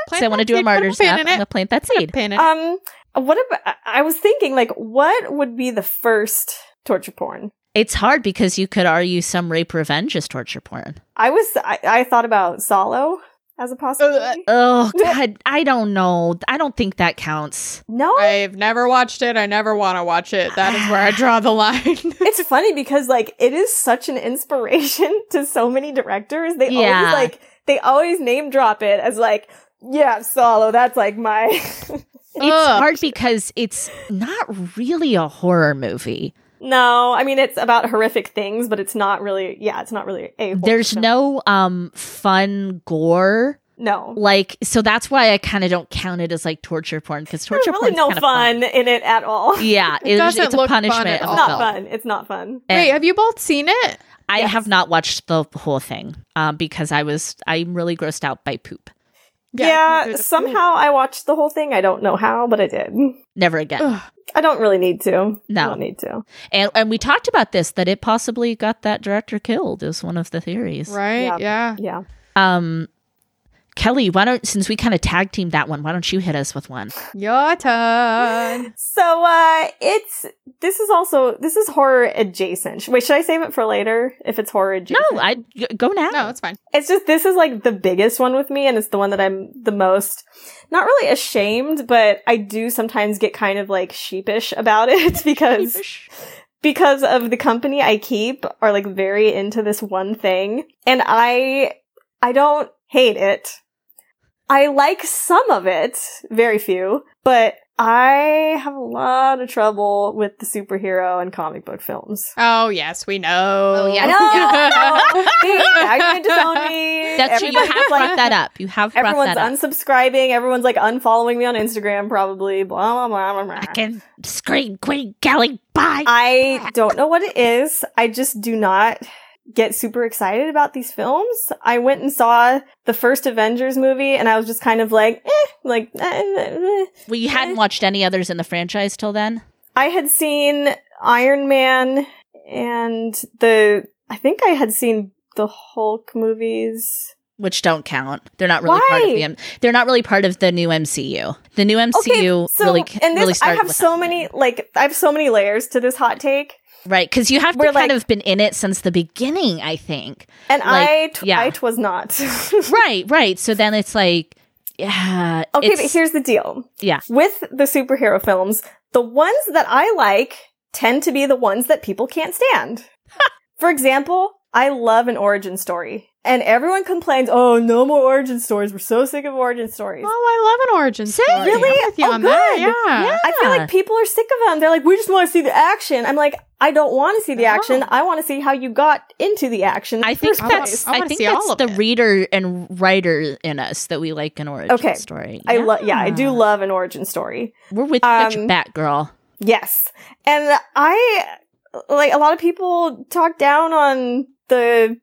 B: Plant
C: So I want to
B: that
C: do a
B: seed, put
C: martyrs
B: pin
C: nap. I'm
B: in
C: gonna
B: it.
C: plant that
B: Put a
C: seed.
B: pin in it.
A: Um, what about? I- I was thinking, like, what would be the first torture porn?
C: It's hard because you could argue some rape revenge is torture porn.
A: I was, I, I thought about Solo as a possibility.
C: Oh God, I don't know. I don't think that counts.
A: no,
B: I've never watched it. I never want to watch it. That is where I draw the line.
A: it's funny because like it is such an inspiration to so many directors. They
C: Yeah.
A: always like they always name drop it as like, yeah, Solo. That's like my.
C: It's
B: Ugh.
C: hard because it's not really a horror movie.
A: no, I mean it's about horrific things, but it's not really. Yeah, it's not really a. horror
C: There's
A: film.
C: no um fun gore.
A: no.
C: Like so that's why I kind of don't count it as like torture porn because torture
A: There's really
C: porn
A: no
C: fun.
A: fun, in it at all.
C: Yeah,
B: It
C: it-
B: doesn't
C: it's a
B: look fun at
C: punishment of
A: It's
B: all.
A: not
C: film.
A: fun. It's not fun.
C: And
B: Wait, have you both seen it?
C: I
A: yes.
C: have not watched the whole thing um, because I was I'm really grossed out by poop.
A: Yeah,
B: there's a-
A: somehow I watched the whole thing. I don't know how, but I did.
C: Never again.
B: Ugh.
A: I don't really need to. I
C: No.
A: don't need to.
C: And and we talked about this that it possibly got that director killed is one of the theories.
B: Right?
A: Yeah.
B: Yeah.
A: Yeah.
C: Um, Kelly, why don't since we kind of tag team that one, why don't you hit us with one?
B: Your turn.
A: So uh it's this is also this is horror adjacent. Wait, should I save it for later if it's horror
C: No,
A: adjacent?
C: I g- go now.
B: No, it's fine.
A: it's just this is like the biggest one with me and it's the one that I'm the most not really ashamed, but I do sometimes get kind of like sheepish about it because because of the company I keep are like very into this one thing and I I don't hate it. I like some of it, very few, but I have a lot of trouble with the superhero and comic book films.
B: Oh yes, we know.
C: Oh, yeah.
A: I know. See, now you're gonna disown me.
C: That's true. You
A: Everybody's
C: have
A: like
C: brought that up. You have brought
A: everyone's
C: that up.
A: unsubscribing, everyone's like unfollowing me on Instagram probably, blah blah blah blah. blah.
C: Fucking scream, Queen Kelly. Bye.
A: Uh, I don't know what it is. I just do not get super excited about these films. I went and saw the first Avengers movie and I was just kind of like, eh, like, eh, eh, eh.
C: well, you hadn't watched any others in the franchise till then.
A: I had seen Iron Man and the, I think I had seen the Hulk movies.
C: Which don't count. They're not really part of
A: Why?
C: the. M- They're not really part of the new MCU. The new MCU
A: so,
C: really
A: and this,
C: really
A: I
C: started
A: have
C: with
A: so
C: Iron Man.
A: many, like, I have so many layers to this hot take.
C: right because you have to
A: We're like-
C: kind of been in it since the beginning. I think.
A: And
C: Like,
A: I, t-
C: yeah.
A: I t- was not.
C: right, right. So then it's like, yeah.
A: Okay,
C: it's-
A: but here's the deal.
C: Yeah.
A: With the superhero films, the ones that I like tend to be the ones that people can't stand. For example, I love an origin story. And everyone complains, oh, no more origin stories. We're so sick of origin stories.
B: Oh, I love an origin
C: Same.
B: story. I'm
A: Really?
B: with you
A: Oh,
B: on that.
A: good.
B: Yeah.
A: I feel
C: Yeah.
A: like people are sick of them. They're like, we just want to see the action. I'm like, I don't want to see the
B: No.
A: action. I want to see how you got into the action. in
C: I
A: the
C: think
A: first
B: wanna-
A: place."
C: that's
B: I
C: I,
B: wanna
C: think
B: see
C: that's
B: all of
C: the
B: it.
C: reader and writer in us that we like an origin
A: Okay.
C: story.
A: I love, yeah, I do love an origin story.
C: We're with you at your
A: um,
C: back, girl.
A: Yes. And I like a lot of people talk down on the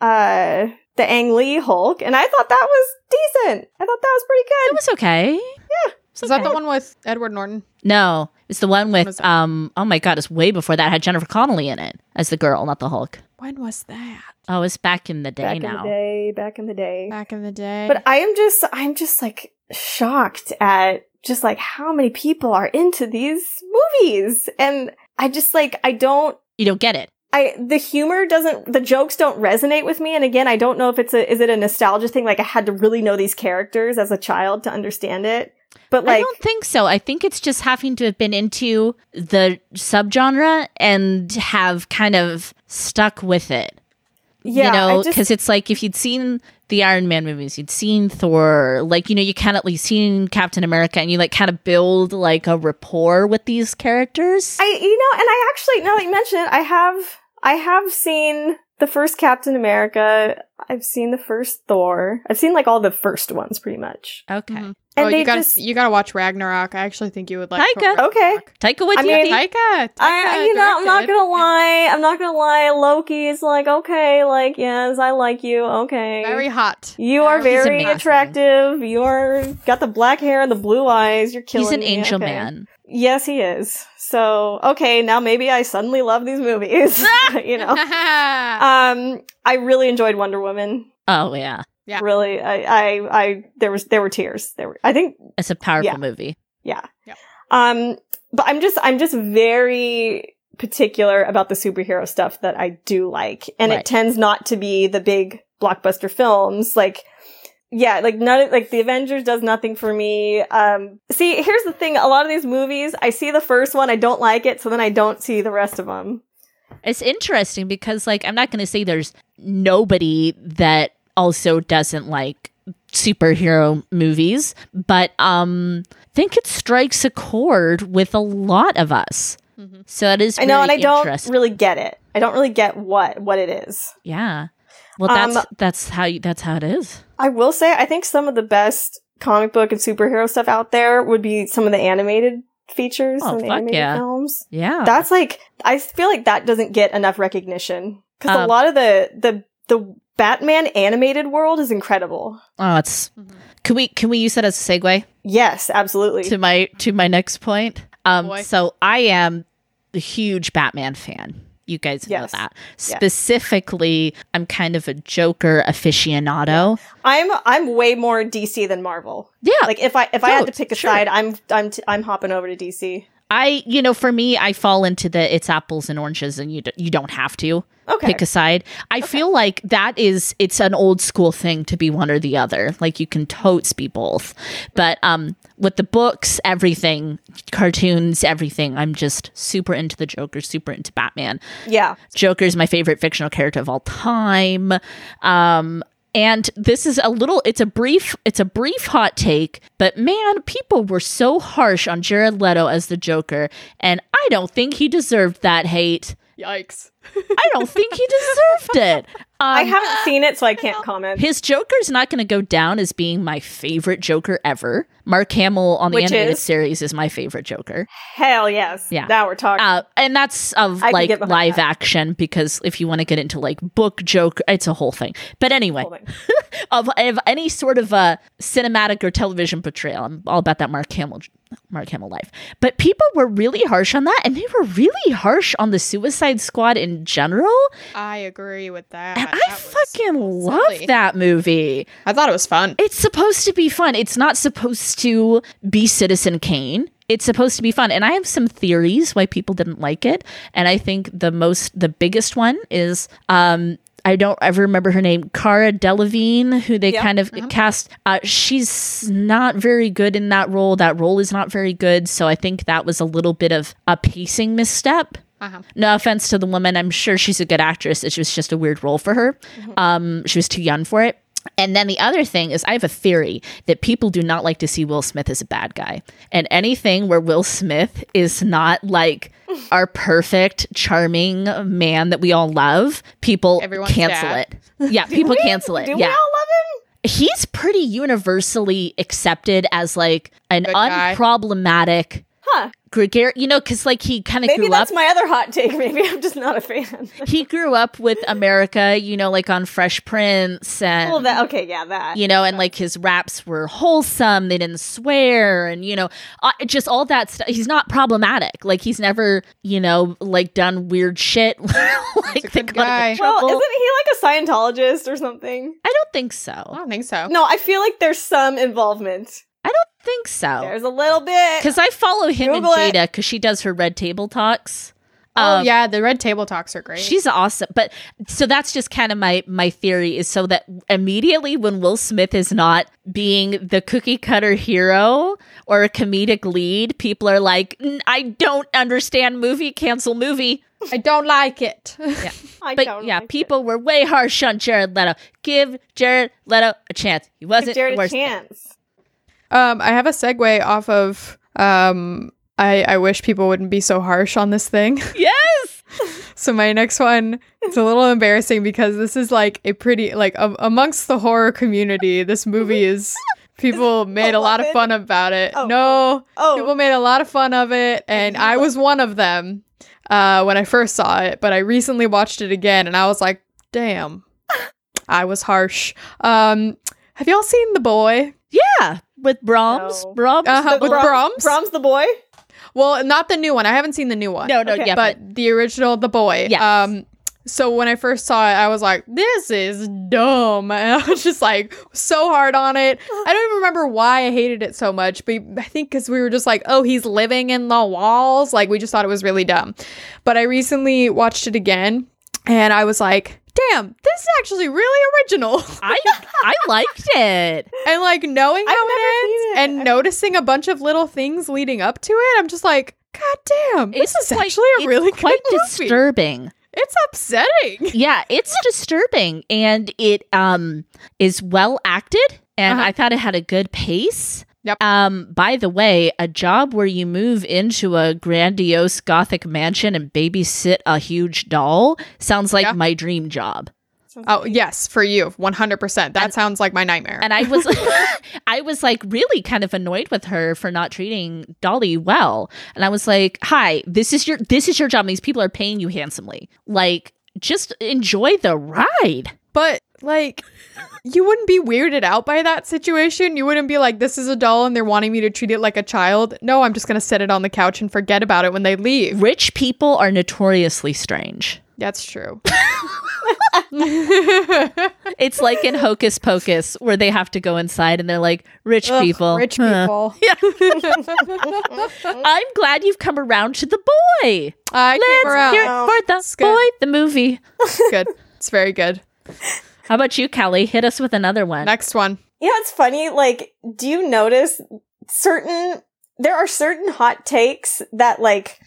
A: uh the Ang Lee Hulk and I thought that was decent. I thought that was pretty
C: It
A: good.
C: was okay. Yeah. It's
B: Is that the
C: okay.
B: one with Edward Norton?
C: No, it's the one
B: was
C: with
B: that?
C: um. Oh my god, it's way before that. It had Jennifer Connelly in it as the girl, not the Hulk.
B: When was that?
C: Oh, it's back in the day
A: Back in
C: now.
A: the day, back in the day.
B: Back in the day.
A: But I am just I'm just like shocked at just like how many people are into these movies. And I just like I don't
C: You don't get it.
A: I the humor doesn't the jokes don't resonate with me and again I don't know if it's a is it a nostalgia thing like I had to really know these characters as a child to understand it But
C: I
A: like,
C: don't think so. I think it's just having to have been into the subgenre and have kind of stuck with it.
A: yeah, I
C: you know,
A: just-
C: because it's like if you'd seen the Iron Man movies, you'd seen Thor, like you know, you kind of like seen Captain America, and you like kind of build like a rapport with these characters.
A: I you know, and I actually now that you mention it, I have I have seen the first Captain America. I've seen the first Thor. I've seen like all the first ones pretty much.
C: okay,
B: Mhm.
A: And
B: oh,
A: they
B: you gotta
A: just-
B: you gotta watch Ragnarok. I actually think you would like.
C: Taika.
B: Thor
A: Okay.
B: Ragnarok.
C: Taika Waititi.
A: I mean,
B: Taika. Taika
A: I, you know, I'm not
B: directed.
A: gonna lie. I'm not gonna lie. Loki is like, okay, like, yes, I like you. Okay.
B: Very hot.
A: you are
C: He's
A: very
C: amazing.
A: attractive. You are got the black hair and the blue eyes. You're killing
C: He's an
A: me.
C: angel
A: Okay.
C: man.
A: Yes, he is. So, okay, now maybe I suddenly love these movies. you know. Um, I really enjoyed Wonder Woman.
C: Oh yeah,
B: Yeah.
A: Really, I, I, I, there was, there were tears. There were, I think,
C: it's a powerful
A: Yeah.
C: movie.
A: yeah.
B: Yeah.
A: Um, but I'm just, I'm just very particular about the superhero stuff that I do like, and
C: Right.
A: it tends not to be the big blockbuster films. Like, yeah, like none, of- like the Avengers does nothing for me. Um, see, here's the thing: a lot of these movies, I see the first one, I don't like it, so then I don't see the rest of them.
C: It's interesting because, like, I'm not going to say there's nobody that also doesn't like superhero movies, but um, I think it strikes a chord with a lot of us. So that is
A: Mm-hmm. I know,
C: really
A: and I don't
C: interesting.
A: really get it. I don't really get what what it is.
C: yeah. Well,
A: Um,
C: that's that's how you, that's how it is.
A: I will say, I think some of the best comic book and superhero stuff out there would be some of the animated features,
C: Oh,
A: some of the
C: fuck
A: animated
C: yeah. Oh.
A: films.
C: Yeah.
A: That's like, I feel like that doesn't get enough recognition because a
C: Um,
A: lot of the the the Batman animated world is incredible.
C: oh, it's.
A: Mm-hmm.
C: Can we can we use that as a segue?
A: Yes, absolutely.
C: to my to my next point. Um,
B: Boy.
C: so I am a huge Batman fan. You guys know
A: Yes.
C: that.
A: Yes.
C: Specifically, I'm kind of a Joker aficionado.
A: I'm I'm way more DC than Marvel.
C: Yeah,
A: Like if I if I had to
C: Totes,
A: pick a
C: Oh, sure.
A: side, I'm I'm t- I'm hopping over to DC.
C: I you know for me, I fall into the it's apples and oranges, and you d- you don't have to
A: Okay.
C: pick a side. I feel like that is it's an old school thing to be one or the other. Like you can totes be both, but um, with the books, everything, cartoons, everything, I'm just super into the Joker, super into Batman.
A: yeah.
C: Joker is my favorite fictional character of all time. Um, and this is a little it's a brief it's a brief hot take, but man, people were so harsh on Jared Leto as the Joker, and I don't think he deserved that hate.
B: Yikes.
C: I don't think he deserved it. Um,
A: I haven't seen it, so I can't comment.
C: his Joker's not going to go down as being my favorite Joker ever. Mark Hamill on the
A: Which
C: animated
A: is?
C: series is my favorite Joker.
A: Hell yes.
C: Yeah.
A: Now we're talking.
C: Uh, and that's of
A: I can
C: like
A: get behind
C: live
A: that.
C: action because if you want to get into like book joke, it's a whole thing. But anyway,
A: Hold on.
C: of, of any sort of a cinematic or television portrayal, I'm all about that Mark Hamill, Mark Hamill life. But people were really harsh on that, and they were really harsh on the Suicide Squad in general.
B: I agree with that.
C: And I
B: That was-
C: fucking
B: silly.
C: love that movie.
B: I thought it was fun.
C: It's supposed to be fun. It's not supposed to be Citizen Kane. It's supposed to be fun. And I have some theories why people didn't like it. And I think the most, the biggest one is, um, I don't ever remember her name, Cara Delevingne, who they
A: Yeah.
C: kind of cast. Uh, she's not very good in that role. That role is not very good. So I think that was a little bit of a pacing misstep.
B: Uh-huh.
C: No offense to the woman. I'm sure she's a good actress. It was just a weird role for her. Um, she was too young for it. And then the other thing is, I have a theory that people do not like to see Will Smith as a bad guy. And anything where Will Smith is not like our perfect, charming man that we all love, people
B: Everyone's
C: cancel
B: dad.
C: it. Yeah, people cancel it.
A: Do we all
C: yeah.
A: love him?
C: He's pretty universally accepted as like an
B: Good guy.
C: unproblematic.
A: Huh.
C: Gregarious, you know, because like he kind of
A: Maybe
C: grew up
A: that's my other hot take. Maybe I'm just not a fan.
C: he grew up with America, you know, like on Fresh Prince and
A: well, that okay, yeah, that.
C: you know, and like his raps were wholesome. They didn't swear, and you know, uh, just all that stuff. He's not problematic. Like he's never, you know, like done weird shit. like they
B: good
C: got him
B: guy.
C: in
A: Well,
C: trouble.
A: isn't he like a Scientologist or something?
C: I don't think
B: I
C: so.
B: don't think so.
A: No, I feel like there's some involvement.
C: I don't think so.
A: There's a little bit.
C: Because I follow him
A: Google
C: and
A: it.
C: Jada because she does her red table talks.
B: Oh
C: Um,
B: yeah, the red table talks are great.
C: She's awesome. But so that's just kind of my my theory is so that immediately when Will Smith is not being the cookie cutter hero or a comedic lead, people are like, "N- I don't understand movie, cancel movie.
B: I don't like it.
A: I
C: But
A: don't
C: yeah,
A: like it.
C: people were way harsh on Jared Leto. Give Jared Leto a chance. He
A: Give
C: wasn't
A: Jared
C: the
A: a
C: worst thing.
A: chance.
B: Um, I have a segue off of um I, I wish people wouldn't be so harsh on this thing.
C: Yes.
B: So my next one it's a little embarrassing because this is like a pretty like a- amongst the horror community, this movie is people made a lot of
A: beloved?
B: fun about it.
A: Oh.
B: No, people
A: Oh,
B: made a lot of fun of it, and I was one of them uh, when I first saw it. But I recently watched it again, and I was like, "Damn, I was harsh." Um, have y'all seen The Boy?
C: Yeah. With Brahms.
A: No.
C: Brahms.
B: Uh-huh,
C: the
B: with
C: little-
B: Brahms?
A: Brahms the boy.
B: Well, not the new one. I haven't seen the new one.
C: No, no,
A: Okay.
C: yeah. But,
B: but the original The Boy.
C: Yes.
B: Um, so when I first saw it, I was like, "This is dumb," and I was just like so hard on it. I don't even remember why I hated it so much, but I think because we were just like, "Oh, he's living in the walls," like we just thought it was really dumb. But I recently watched it again, and I was like. Damn, this is actually really original.
C: I I liked it.
B: and like knowing how
A: I've never
B: it
A: seen
B: ends
A: it.
B: and
A: I've-
B: noticing a bunch of little things leading up to it, I'm just like, God damn, this
C: It's
B: is
C: quite-
B: actually a
C: it's
B: really good
C: quite
B: movie.
C: disturbing.
B: It's upsetting.
C: yeah it's disturbing and it um is well acted and
B: Uh-huh.
C: i thought it had a good pace
B: Yep.
C: um by the way a job where you move into a grandiose gothic mansion and babysit a huge doll sounds like
B: Yeah.
C: my dream job
B: Oh, yes, for you, 100%. That sounds like my nightmare.
C: and i was i was like really kind of annoyed with her for not treating dolly well and i was like hi this is your this is your job and these people are paying you handsomely like just enjoy the ride
B: but, like, you wouldn't be weirded out by that situation. You wouldn't be like, this is a doll and they're wanting me to treat it like a child. No, I'm just going to set it on the couch and forget about it when they leave.
C: rich people are notoriously strange
B: That's true.
C: It's like in Hocus Pocus where they have to go inside and they're like rich
B: Ugh,
C: people.
B: Rich
C: Huh.
B: people.
C: I'm glad you've come around to the boy.
B: I came
C: Let's hear it
B: around.
C: for the
B: It's good.
C: boy, the movie.
B: good. It's very good.
C: How about you, Kelly? Hit us with another one.
B: Next one.
A: Yeah, it's funny. Like, do you notice certain, there are certain hot takes that like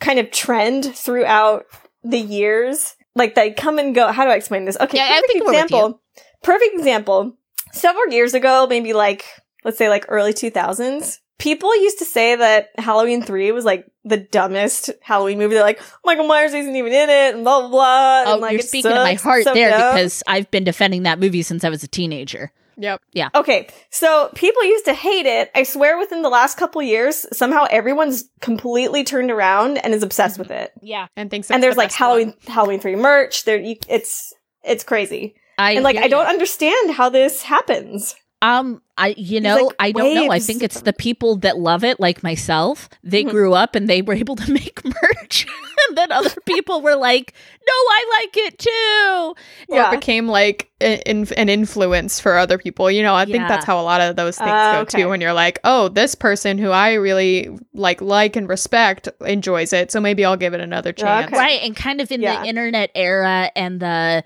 A: kind of trend throughout the years. Like they come and go. How do I explain this? Okay.
C: Yeah, I think we're with
A: example. Perfect example. Several years ago, maybe like, let's say like early 2000s, people used to say that Halloween 3 was like the dumbest Halloween movie. They're like, Michael Myers isn't even in it and blah, blah, blah.
C: oh,
A: and, like,
C: you're
A: it
C: speaking to my
A: sucks,
C: heart
A: so
C: there
A: dumb.
C: because I've been defending that movie since I was a teenager.
B: Yep.
A: Okay, so people used to hate it. I swear within the last couple years, somehow everyone's completely turned around and is obsessed with it.
C: Yeah.
B: And thinks it's
A: and there's
B: the
A: like
B: best one.
A: Halloween Halloween 3 merch. There you, it's it's crazy.
C: I
A: and like
C: hear
A: I don't
C: ya.
A: understand how this happens.
C: Um, I you know
A: like,
C: I don't know. I
A: waves
C: think
A: of
C: it's the people that love it, like myself. They
A: Mhm.
C: grew up and they were able to make merch, and then other people were like, "No, I like it too."
A: yeah.
B: or became like an, in- an influence for other people. You know, I think
C: Yeah.
B: that's how a lot of those things
A: Ah,
B: go
A: okay.
B: too. When you're like, oh, this person who I really like, like and respect enjoys it, so maybe I'll give it another
A: Yeah,
B: chance.
A: okay.
C: Right, and kind of in
A: Yeah.
C: the internet era and the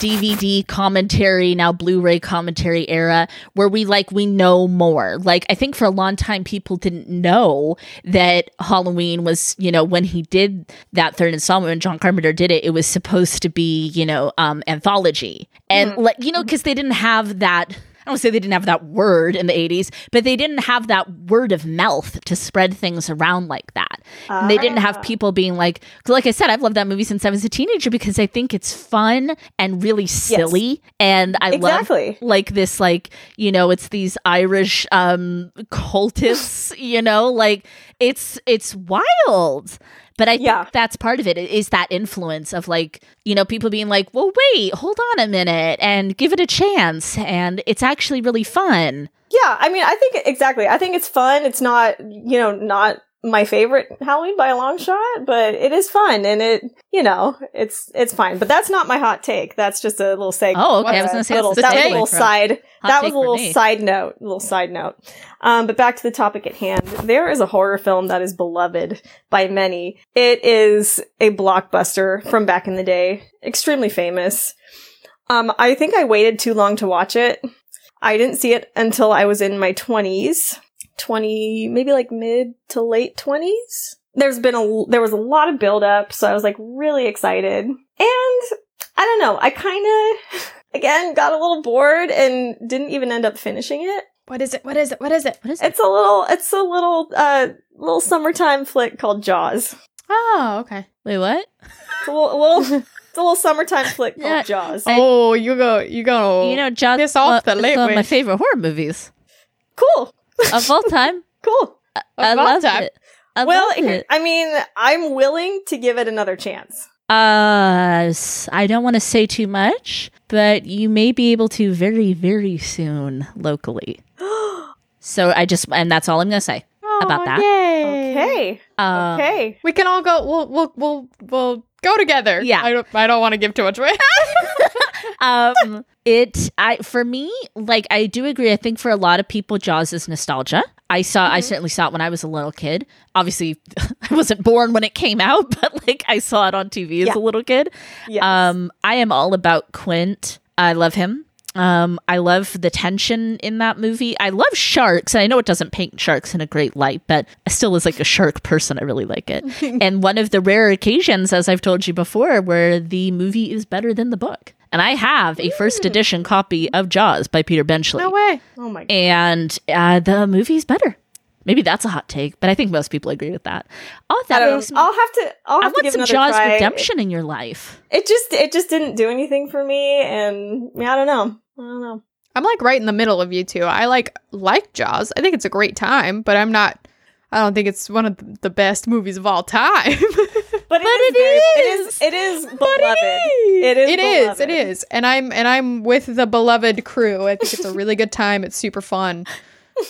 C: DVD commentary, now Blu-ray commentary era, where we like we know more. Like I think for a long time people didn't know that Halloween was, you know, when he did that third installment when John Carpenter did it, it was supposed to be, you know, um anthology. And like you know, because they didn't have that I don't wanna say they didn't have that word in the 80s, but they didn't have that word of mouth to spread things around like that. And they didn't have people being like, 'cause like I said, I've loved that movie since I was a teenager because I think it's fun and really silly. And I love
A: exactly.
C: like this, like, you know, it's these Irish um cultists, you know, like it's it's wild. But I
A: Yeah.
C: think that's part of it is that influence of like, you know, people being like, well, wait, hold on a minute and give it a chance. And it's actually really fun.
A: Yeah, I mean, I think exactly. I think it's fun. It's not, you know, not my favorite Halloween by a long shot, but it is fun and it, you know, it's it's fine. But that's not my hot take. That's just a little segment.
C: Oh, okay. I
A: Uh,
C: was going to say
A: little,
C: that's the
A: that was a
C: takeaway
A: little
C: from-
A: side.
C: hot
A: that
C: take
A: was a
C: for
A: little
C: me.
A: side note. Little side note. Um, but back to the topic at hand. There is a horror film that is beloved by many. It is a blockbuster from back in the day, extremely famous. Um, I think I waited too long to watch it. I didn't see it until I was in my twenties. 20 maybe like mid to late 20s there's been a there was a lot of build up so i was like really excited and i don't know i kind of again got a little bored and didn't even end up finishing it
B: What is it? What is it? What is it?
C: What is it?
A: it's a little it's a little uh little summertime flick called jaws
B: Oh, okay.
C: Wait, what?
A: it's a little, little it's a little summertime flick called
C: Yeah.
A: jaws
C: I-
B: oh, you go. You go.
C: you know, Jaws
B: piss
C: is
B: off
C: one
B: the
C: it's one of my
B: language.
C: favorite horror movies
A: cool
C: of all time.
A: cool
C: I
B: Of all
C: loved
B: time.
C: it. I
A: well
C: loved it.
A: i mean i'm willing to give it another chance
C: Uh, s- I don't want to say too much, but you may be able to very, very soon locally. So I just, and that's all I'm going to say. about that.
B: Oh, Yay.
A: okay
C: Um,
A: okay
B: We can all go. We'll we'll we'll we'll go together.
C: Yeah.
B: I don't. I don't want to give too much away.
C: um it i for me like i do agree i think for a lot of people jaws is nostalgia i saw
A: Mm-hmm.
C: i certainly saw it when i was a little kid obviously i wasn't born when it came out but like i saw it on tv as
A: Yeah.
C: a little kid
A: Yes.
C: um i am all about quint i love him um i love the tension in that movie i love sharks and i know it doesn't paint sharks in a great light but i still as like a shark person i really like it and one of the rare occasions as i've told you before where the movie is better than the book and i have a
A: Hmm.
C: first edition copy of jaws by peter benchley
B: no way.
A: oh my god
C: and uh, the movie's better maybe that's a hot take but i think most people agree with that oh
A: I
C: that
A: don't
C: makes
A: know.
C: me
A: I'll have to. I'll
C: i
A: have to
C: want
A: give
C: some
A: another
C: jaws
A: try.
C: redemption in your life
A: It just it just didn't do anything for me, and yeah, I don't know. I don't know.
B: I'm like right in the middle of you two. I like like Jaws. I think it's a great time, but I'm not. I don't think it's one of th- the best movies of all time.
A: But,
C: But it
A: is.
C: is!
A: very- It is. It is beloved. It is.
B: it is. It
A: beloved.
B: is. And I'm and I'm with the beloved crew. I think it's a really good time. It's super fun.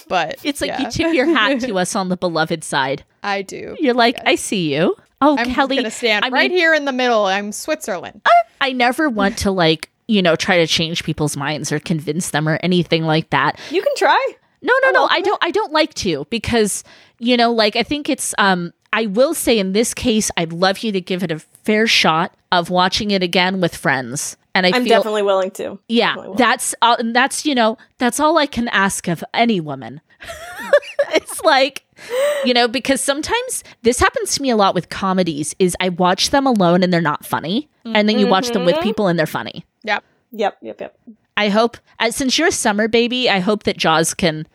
B: But
C: It's like
B: yeah.
C: you tip your hat to us on the beloved side.
B: I do.
C: You're like, I see you. Oh,
B: I'm
C: Kelly,
B: gonna stand
C: I mean- Oh.
B: right here in the middle. I'm Switzerland.
C: I never want to like, you know, try to change people's minds or convince them or anything like that.
A: You can try.
C: No, no,
B: Oh,
C: no. I don't I don't like to because, you know, like I think it's um I will say in this case I'd love you to give it a fair shot of watching it again with friends. And I
A: I'm
C: feel e-
A: definitely willing to.
C: yeah,
A: definitely will.
C: that's all and that's, you know, that's all I can ask of any woman. it's like you know because sometimes this happens to me a lot with comedies is i watch them alone and they're not funny and then you watch them with people and they're funny
B: Yep.
A: Yep. Yep. Yep.
C: i hope uh, since you're a summer baby i hope that jaws can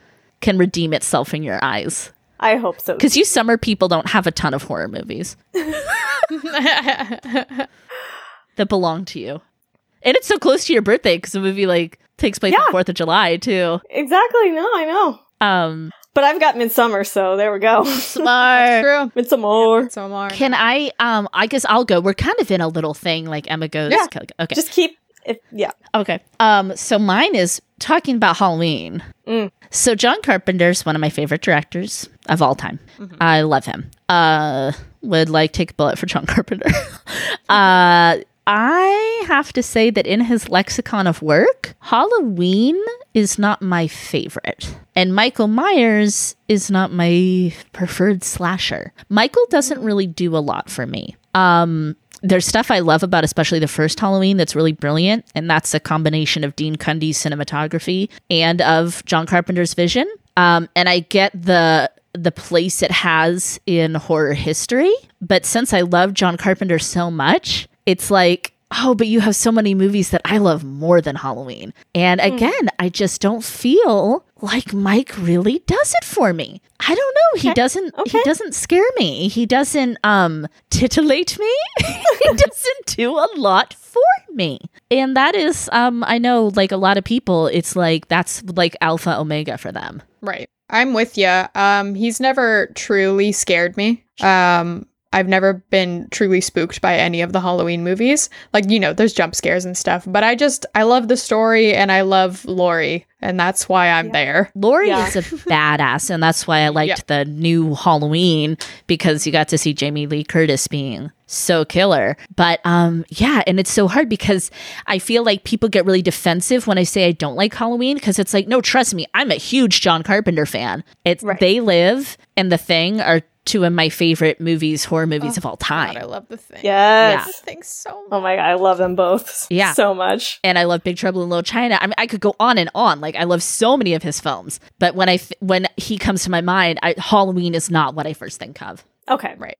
C: can redeem itself in your eyes
A: I hope so.
C: because you summer people don't have a ton of horror movies that belong to you and it's so close to your birthday because the movie like takes place
A: Yeah.
C: on fourth of july too
A: Exactly. No, I know.
C: um
A: But I've got midsummer, so there we go.
C: Uh,
B: That's true.
A: midsummer.
B: So Mar.
C: can i um i guess i'll go we're kind of in a little thing like emma goes
B: Yeah.
C: okay
A: Just keep. If yeah.
C: Okay. Um, so mine is talking about Halloween.
A: Mm.
C: So John Carpenter's one of my favorite directors of all time. I love him. Uh would like take a bullet for John Carpenter. uh I have to say that in his lexicon of work, Halloween is not my favorite. And Michael Myers is not my preferred slasher. Michael doesn't really do a lot for me. Um there's stuff I love about, especially the first Halloween, that's really brilliant. And that's a combination of Dean Cundy's cinematography and of John Carpenter's vision. Um, and I get the the place it has in horror history. But since I love John Carpenter so much, it's like, oh, but you have so many movies that I love more than Halloween. And again, I just don't feel like Mike really does it for me. I don't know. He doesn't he doesn't scare me. He doesn't um titillate me. he doesn't do a lot for me. And that is um I know like a lot of people it's like that's like alpha omega for them.
B: Right. I'm with you. Um, he's never truly scared me. Um, I've never been truly spooked by any of the Halloween movies. Like, you know, there's jump scares and stuff, but I just, I love the story and I love Lori, and that's why I'm
A: Yeah.
B: there.
C: Lori
A: Yeah.
C: is a badass, and that's why I liked the new Halloween because you got to see Jamie Lee Curtis being so killer. But um, yeah, and it's so hard because I feel like people get really defensive when I say I don't like Halloween because it's like, no, trust me, I'm a huge John Carpenter fan. It's
A: Right.
C: They Live and The Thing are two of my favorite movies, horror movies of all time.
B: God, I love the thing.
A: Yes.
B: The thing so much.
A: Oh my god, I love them both.
C: Yeah.
A: So much.
C: and I love Big Trouble in Little China. I mean, I could go on and on. Like I love so many of his films, but when I f- when he comes to my mind, I, Halloween is not what I first think of.
A: Okay.
B: Right.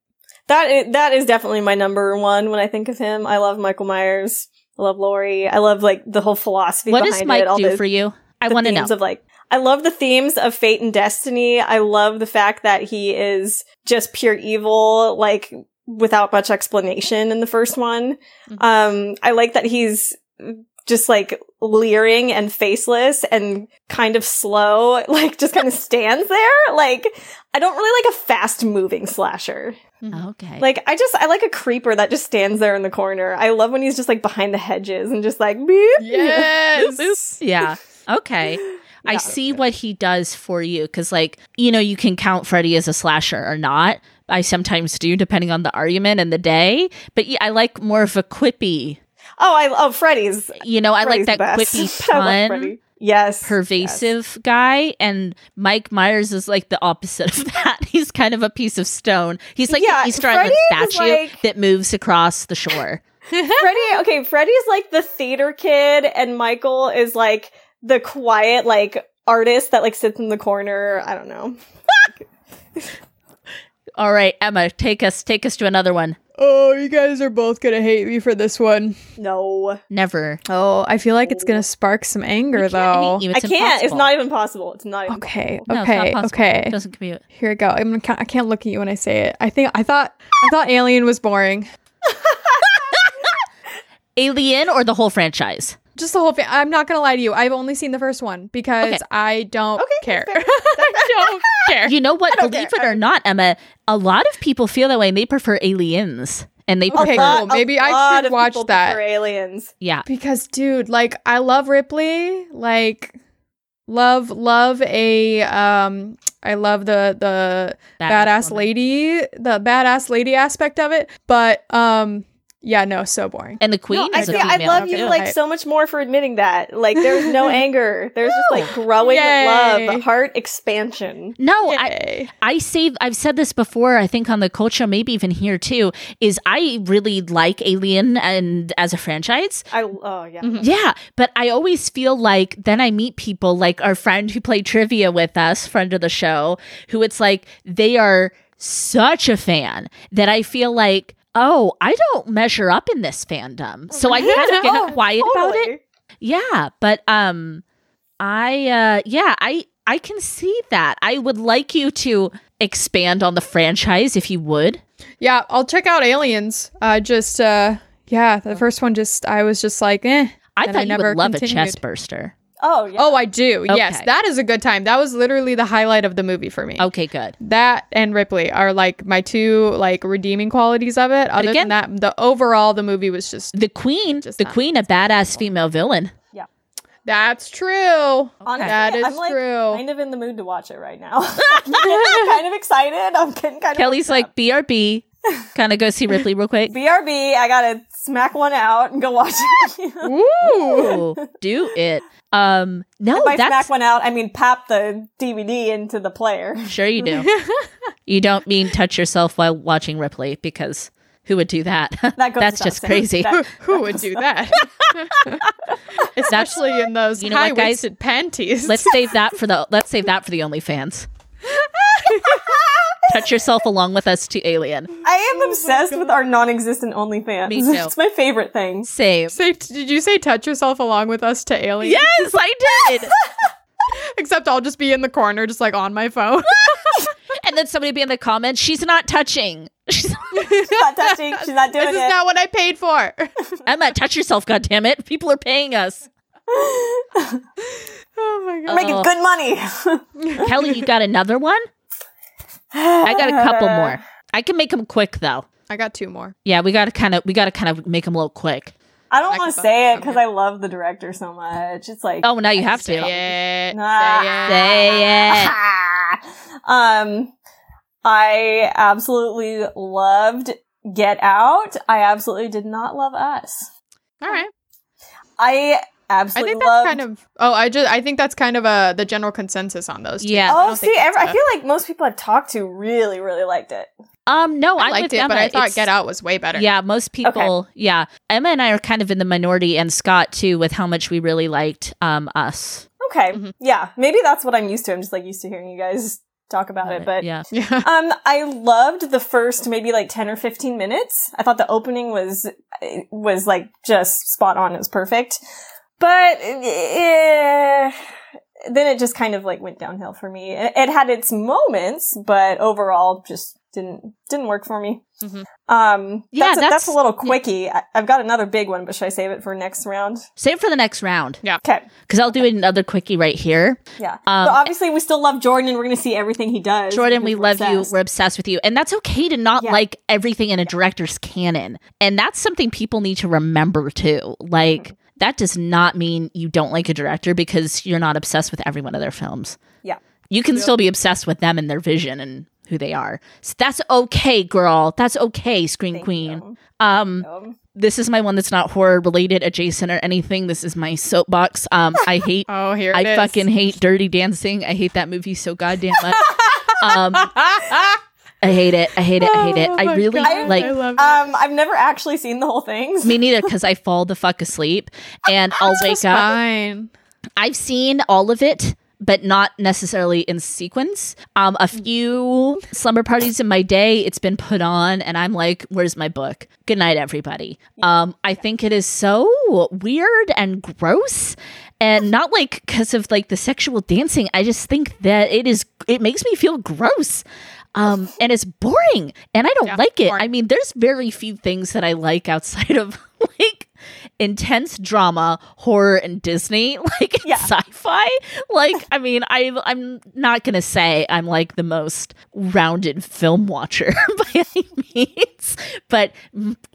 A: That is, that is definitely my number one when I think of him. I love Michael Myers. I love Laurie. I love like the whole philosophy
C: what
A: behind
C: does Mike
A: it. All
C: do
A: the,
C: for you? I
A: the
C: want to know.
A: themes of like I love the themes of fate and destiny. I love the fact that he is just pure evil, like without much explanation in the first one.
C: Mm-hmm.
B: Mhm.
A: Um, I like that he's just like leering and faceless and kind of slow, like just kind of stands there. Like I don't really like a fast moving slasher.
C: Oh, okay.
A: Like I just I like a creeper that just stands there in the corner. I love when he's just like behind the hedges and just like beep.
B: Yes.
C: yeah. Okay. I
A: Yeah.
C: see what he does for you because, like, you know, you can count Freddy as a slasher or not. I sometimes do, depending on the argument and the day. But yeah, I like more of a quippy.
A: Oh, I oh Freddy's
C: You know, I
A: Freddy's
C: like that
A: the best.
C: quippy
A: I love
C: pun.
A: Freddy. yes.
C: pervasive guy and Mike Myers is like the opposite of that. He's kind of a piece of stone. He's like
A: Yeah,
C: the Easter Island
A: Freddy is
C: statue
A: like-
C: that moves across the shore.
A: Yes. Freddy, okay, Freddy's like the theater kid and Michael is like the quiet like artist that like sits in the corner. I don't know.
C: All right, Emma, take us take us to another one.
B: Oh, you guys are both gonna hate me for this one.
A: No.
C: Never.
B: Oh, I feel like it's gonna spark some anger
C: You can't
B: though.
C: hate you.
A: I
C: It's
A: can't. It's
C: impossible.
A: not even possible. It's not even
B: Okay,
C: No, it's not
B: okay,
C: possible.
B: okay.
C: It doesn't commute.
B: Here we go. I'm gonna, ca- I can't look at you when I say it. I think I thought I thought Alien was boring.
C: Alien or the whole franchise.
B: Just the whole thing. I'm not gonna lie to you. I've only seen the first one because
C: Okay.
B: I don't
A: Okay,
B: care.
A: that's
B: I don't care.
C: You know what?
A: don't
C: Believe
A: care.
C: it or not, Emma, a lot of people feel that way and they prefer aliens. And they
B: Okay,
C: prefer
B: cool.
A: possible.
B: Maybe
A: A
B: I
A: lot
B: should
A: of
B: watch
A: people
B: that.
A: prefer aliens.
C: Yeah.
B: Because dude, like I love Ripley, like love love a um I love the the badass,
C: woman.
B: lady, the badass lady aspect of it, but um yeah, no, so boring.
C: And the queen
A: I,
C: is a
A: feel-
C: female.
A: I love you
B: too.
A: like so much more for admitting that. Like there's no anger. There's just like growing
B: Yay.
A: love, heart expansion.
C: no, Oh, I,
B: Yay.
C: I say I've said this before. I think on the culture, maybe even here too. Is I really like Alien and as a franchise.
A: I oh yeah.
B: Mhm.
C: Yeah, but I always feel like then I meet people like our friend who played trivia with us, friend of the show, who it's like they are such a fan that I feel like, oh, I don't measure up in this fandom. So I kind of
A: Oh,
C: get quiet about it.
A: totally.
C: Yeah, but um I uh yeah, I I can see that. I would like you to expand on the franchise if you would.
B: Yeah, I'll check out Aliens. Uh just uh yeah, the first one just I was just like, eh.
C: Oh. I
B: Then
C: thought
B: I
C: you
B: never
C: would love
B: continued.
C: a chest burster.
A: Oh yeah.
B: Oh, I do. Yes,
C: Okay. Oh.
B: that is a good time. That was literally the highlight of the movie for me.
C: Okay, good.
B: that and Ripley are like my two like redeeming qualities of it. Other
C: again-
B: than that, the overall the movie was just
C: The queen,
B: Just
C: the
B: not-
C: queen, a badass female villain.
B: that's true.
A: Honestly,
B: That is
A: I'm like
B: true.
A: kind of in the mood to watch it right now. I'm kind of excited. I'm getting kind of
C: Kelly's like BRB. kind of go see Ripley real quick.
A: BRB. I gotta smack one out and go watch it.
B: Ooh.
C: Ooh, do it. Um no,
A: By
C: that's
A: smack one out, I mean pop the DVD into the player.
C: sure you do. you don't mean touch yourself while watching Ripley because who would do that?
A: That goes
C: that's
A: without
C: just
A: saying.
C: crazy.
A: That-
B: Who would do that? Especially in those
C: You know what,
B: high
C: guys?
B: waisted panties.
C: Let's save that for the let's save that for the OnlyFans. Touch yourself along with us to Alien.
A: I am obsessed with our non-existent OnlyFans.
C: Oh Me too.
A: it's my favorite thing.
C: Save.
B: Say, did you say touch yourself along with us to aliens?
C: Yes, I did.
B: Except I'll just be in the corner, just like on my phone.
C: and then somebody be in the comments, she's not touching. She's
A: She's not touching. She's not doing
B: this is
A: it.
B: not what I paid for.
C: Emma, touch yourself, goddammit. People are paying us.
B: oh my god.
A: Making
C: Oh.
A: good money.
C: Kelly, you got another one? I got a couple more. I can make them quick though.
B: I got two more.
C: Yeah, we gotta kind of we gotta kind of make them a little quick.
A: I don't
B: I
A: want to
B: could
A: say it
B: fuck
A: because I love the director so much. It's like
C: Oh, now you have
B: Say
C: to.
B: it.
A: Ah.
B: Say it.
C: Say it.
A: um, I absolutely loved Get Out. I absolutely did not love Us.
B: All right.
A: I
B: I
A: absolutely
B: think that's
A: loved.
B: kind of. Oh, I just. I think that's kind of uh the general consensus on those. Two.
C: Yeah.
B: I
A: oh,
B: don't
A: see,
B: think
A: every,
B: that's
A: I
B: a-
A: feel like most people I've talked to really, really liked it.
C: Um, no,
B: I
C: I'm
B: liked
C: with
B: it, but
C: Emma.
B: I thought
C: It's-
B: Get Out was way better.
C: Yeah, most people. Yeah, Emma and I are kind of in the minority, and Scott too, with how much we really liked um us.
A: Okay,
B: Mhm.
A: yeah, maybe that's what I'm used to. I'm just like used to hearing you guys talk about it, but
C: yeah,
B: Yeah.
A: um, I loved the first maybe like ten or fifteen minutes. I thought the opening was was like just spot on. It was perfect, but eh, then it just kind of like went downhill for me. It, it had its moments, but overall, just didn't didn't work for me.
B: Mhm.
A: Um,
C: Mm-hmm. Yeah,
A: that's, a, that's,
C: that's-
A: a little quickie. I, I've got another big one, but should I save it for next round?
C: save it for the next round
A: Okay,
C: because I'll do another quickie right here.
A: yeah.
C: Um,
A: so obviously, we still love Jordan, and we're going to see everything he does.
C: Jordan,
A: because
C: we
A: we're
C: love you.
A: obsessed.
C: We're obsessed with you. And that's okay to not
A: Yeah.
C: like everything in a director's canon. And that's something people need to remember too.
A: Mm-hmm.
C: Like, that does not mean you don't like a director because you're not obsessed with every one of their films.
A: Yeah.
C: You can still be obsessed with them and their vision and who they are. So that's okay, girl. That's okay, Screen
A: Thank
C: Queen.
A: you.
C: Um,
A: Um,
C: this is my one that's not horror related, adjacent, or anything. This is my soapbox. Um, I hate
B: Oh, here
C: I
B: it is.
C: fucking hate Dirty Dancing. I hate that movie so goddamn much. um, I hate it. I hate it. I hate it.
B: Oh my
C: I really
B: God,
C: like.
B: I love it.
A: Um, I've never actually seen the whole thing. so-
C: me neither, because I fall the fuck asleep and I'll wake up.
B: Fine.
C: I've seen all of it, but not necessarily in sequence. Um, a
B: Mm.
C: few slumber parties in my day, it's been put on, and I'm like, "Where's my book? Good night, everybody." Um, I think it is so weird and gross, and not like because of like the sexual dancing. I just think that it is. It makes me feel gross. Um, and it's boring, and I don't
B: Yeah,
C: like it.
B: boring.
C: I mean, there's very few things that I like outside of like intense drama, horror, and Disney, like and
A: Yeah.
C: sci-fi. Like, I mean, I I'm not gonna say I'm like the most rounded film watcher by any means, but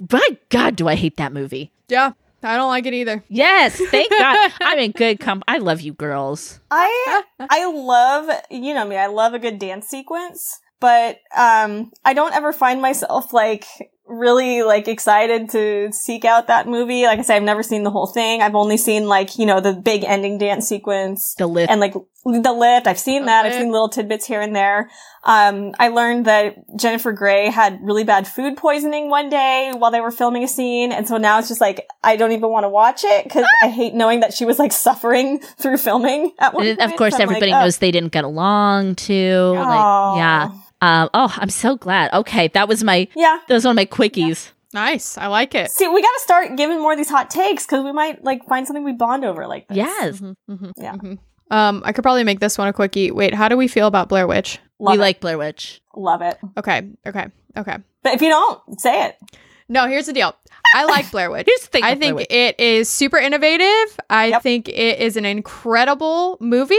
C: by God, do I hate that movie?
B: Yeah. I don't like it either.
C: Yes, thank God, I'm in good comp. I love you, girls.
A: I I love you know me. I love a good dance sequence, but um, I don't ever find myself like really like excited to seek out that movie. Like I say, I've never seen the whole thing. I've only seen like you know the big ending dance sequence
C: The lift.
A: and like the lift. I've seen
B: The
A: that. I've
B: Lift.
A: seen little tidbits here and there. Um, I learned that Jennifer Grey had really bad food poisoning one day while they were filming a scene, and so now it's just like I don't even want to watch it because I hate knowing that she was like suffering through filming at one.
C: And
A: point.
C: of course,
A: So I'm like,
C: everybody
A: oh.
C: knows they didn't get along too.
A: Aw.
C: Like, yeah. Um, oh, I'm so glad. Okay, that was my
A: Yeah.
C: that was one of my quickies.
B: Nice. I like it.
A: See, we got to start giving more of these hot takes because we might like find something we bond over like this.
C: Yes,
A: Yeah.
B: Um, I could probably make this one a quickie. Wait, how do we feel about Blair Witch?
A: love
C: we
A: it.
C: like Blair Witch.
A: love it.
B: Okay. Okay. Okay.
A: But if you don't say it,
B: No, here's the deal. I like Blair Witch.
C: Here's the thing.
B: I
C: with Blair
B: think
C: Witch.
B: it is super innovative. I
A: Yep.
B: think it is an incredible movie.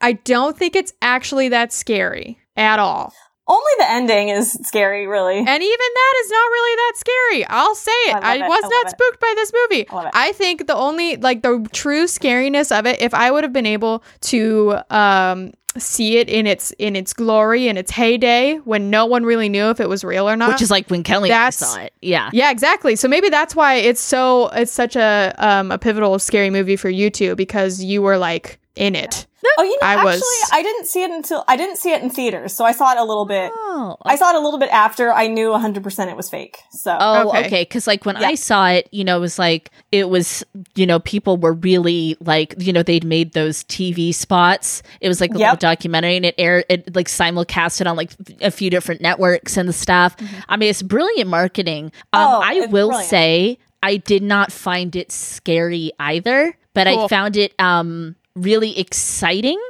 B: I don't think it's actually that scary at all.
A: only the ending is scary. Really,
B: And even that is not really that scary. I'll say
A: I
B: it.
A: love
B: I,
A: it.
B: was
A: I love
B: not
A: it.
B: spooked by this movie.
A: I love it.
B: I think the only like the true scariness of it, if I would have been able to um see it in its in its glory in its heyday when no one really knew if it was real or not.
C: which is like when Kelly
B: That's-
C: saw it. Yeah.
B: yeah, exactly. So maybe that's why it's so it's such a um a pivotal scary movie for you two because you were like in it.
A: Oh, you know,
B: I
A: actually,
B: was-
A: I didn't see it until I didn't see it in theaters, so I saw it a little bit.
C: Oh.
A: I saw it a little bit after I knew 100% it was fake. So,
C: Oh,
B: Okay.
C: okay. Because like when
A: Yeah.
C: I saw it, you know, it was like it was, you know, people were really like, you know, they'd made those TV spots. It was like a
A: Yep.
C: little documentary, and it aired, it like simulcasted on like a few different networks and stuff. I mean, it's brilliant marketing. Um,
A: Mm-hmm. Oh,
C: I
A: it's
C: will
A: brilliant.
C: say, I did not find it scary either, but I
B: Cool.
C: found it um really exciting.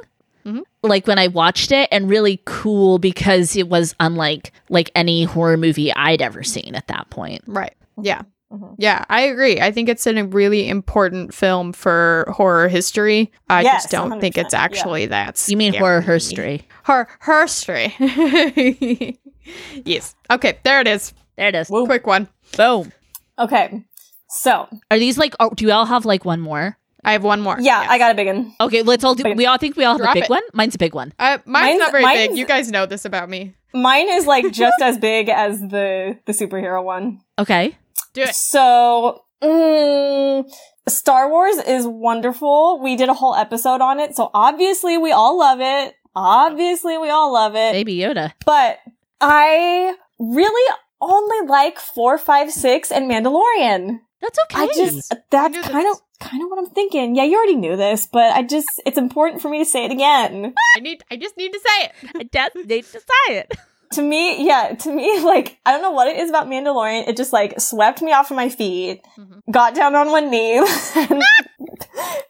B: Mhm.
C: Like when I watched it, and really cool because it was unlike like any horror movie I'd ever seen at that point.
B: Right. Yeah.
A: Mhm.
B: Yeah, I agree. I think it's a really important film for horror history. I
A: Yes,
B: just don't think it's
A: 100%, yeah.
B: actually that.
C: You mean
B: scary.
C: horror history?
B: Horror history. yes. Okay, there it is.
C: There it is.
A: Whoa.
B: Quick one.
C: Boom.
A: Okay. So,
C: Are these like? Oh, do y'all have like one more?
B: I have one more.
A: yeah, I got a big one.
C: Okay, let's all do. We all think we all have
B: Drop
C: a big
B: it.
C: one. Mine's a big one.
B: Uh, mine's,
A: Mine's-
B: not very big.
A: mine's-
B: You guys know this about me.
A: Mine is like just as big as the the superhero one.
C: Okay.
B: Do it.
A: So, mm, Star Wars is wonderful. We did a whole episode on it, so obviously we all love it. Obviously we all love it.
C: Baby Yoda.
A: But I really only like four, five, six, and Mandalorian.
C: That's okay.
A: I just uh,
B: knew
A: that's
B: this.
A: kind of kind of what I'm thinking. Yeah, you already knew this, but I just it's important for me to say it again.
B: I need. I just need to say it.
C: they decide it.
A: to me, yeah, to me, like I don't know what it is about Mandalorian. It just like swept me off of my feet,
B: Mhm.
A: got down on one knee. and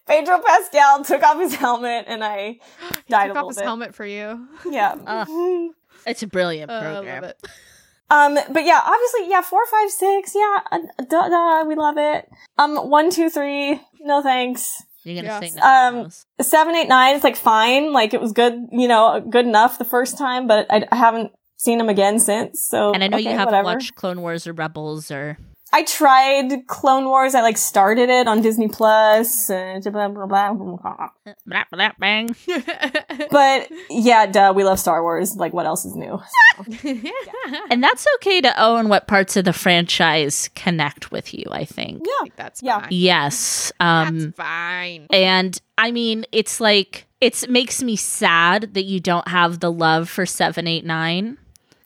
A: Pedro Pascal took off his helmet, and I died
B: Took
A: a little
B: off his
A: bit.
B: helmet for you.
A: Yeah. Mm-hmm.
C: Ah. It's a brilliant
B: Uh, I
C: program.
B: love it.
A: Um, but yeah, obviously, yeah, four, five, six, yeah, uh, duh, duh, we love it. Um, one, two, three, no thanks.
C: You're gonna
B: Yes.
C: sing that.
A: Um, Seven, eight, nine, it's like fine, like it was good, you know, good enough the first time, but I, I haven't seen him again since. So,
C: and I know
A: okay,
C: you haven't
A: whatever.
C: watched Clone Wars or Rebels or
A: I tried Clone Wars. I like started it on Disney Plus, and blah, blah, blah, blah, blah.
C: blah, blah, bang.
A: But yeah, duh, we love Star Wars. Like, what else is new?
C: And that's okay to own what parts of the franchise connect with you. I think.
A: Yeah,
B: That's
A: Yeah.
B: fine.
C: Yes. Um.
B: That's fine.
C: And I mean, it's like it's makes me sad that you don't have the love for 789.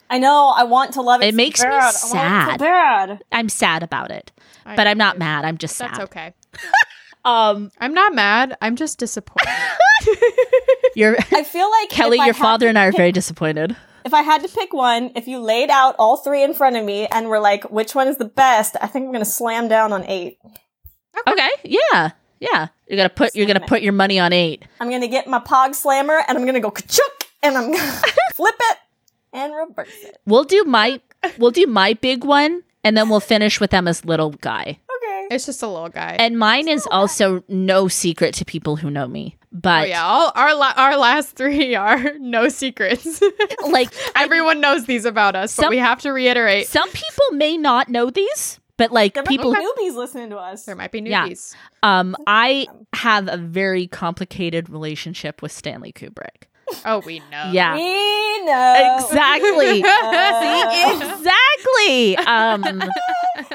A: I know. I want to love it.
C: It
A: so
C: makes me
A: bad. I want it so
C: sad.
A: bad.
C: I'm sad about it,
B: I
C: but I'm
B: know
C: not
B: you.
C: mad. I'm just sad.
B: That's okay.
C: Um,
B: I'm not mad. I'm just disappointed.
C: your
A: I feel like
C: Kelly,
A: if I
C: your
A: had
C: father,
A: to
C: and I are
A: pick-
C: very disappointed.
A: If I had to pick one, if you laid out all three in front of me and were like, which one is the best? I think I'm gonna slam down on eight.
C: Okay, yeah, yeah. You're gonna put you're gonna put your money on eight.
A: I'm gonna get my pog slammer and I'm gonna go ka-chunk and I'm gonna flip it and reverse it.
C: We'll do my we'll do my big one, and then we'll finish with Emma's little guy.
A: Okay.
B: it's just a little guy.
C: And mine is also no secret to people who know me, but
B: oh yeah, all our la- our last three are no secrets.
C: like
B: Everyone knows these about us, but
C: Some-
B: we have to reiterate.
C: some people may not know these, but like
A: There might
C: people
A: be newbies listening to us.
B: There might be
C: Yeah.
B: newbies.
C: Um, I have a very complicated relationship with Stanley Kubrick.
B: Oh, we know.
C: Yeah.
A: We know.
C: Exactly.
A: Uh,
C: exactly. Um,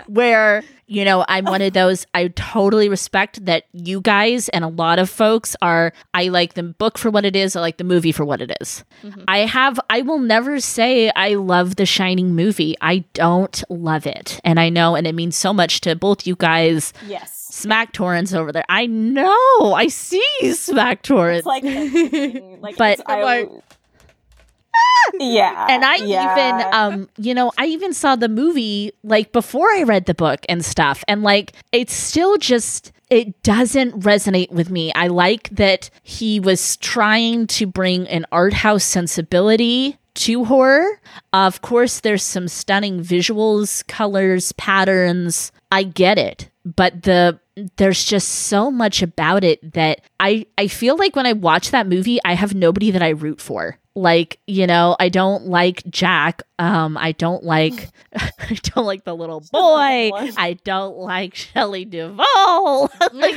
C: where, you know, I'm one of those, I totally respect that you guys and a lot of folks are, I like the book for what it is, I like the movie for what it is.
B: Mhm.
C: I have, I will never say I love the Shining movie. I don't love it. And I know, and it means so much to both you guys
A: yes.
C: Smack Torrents over there. I know. I see you, Smack Torrents.
A: It's like, like
C: But-
A: it's- I,
B: Like-
A: yeah.
C: and I
A: yeah.
C: even um you know, I even saw the movie like before I read the book and stuff and like it's still just it doesn't resonate with me. I like that he was trying to bring an art house sensibility to horror. Of course there's some stunning visuals, colors, patterns. I get it, but the there's just so much about it that I I feel like when I watch that movie, I have nobody that I root for. Like, you know, I don't like Jack. Um, I don't like I don't like the little boy.
A: one.
C: I don't like Shelley Duvall. like,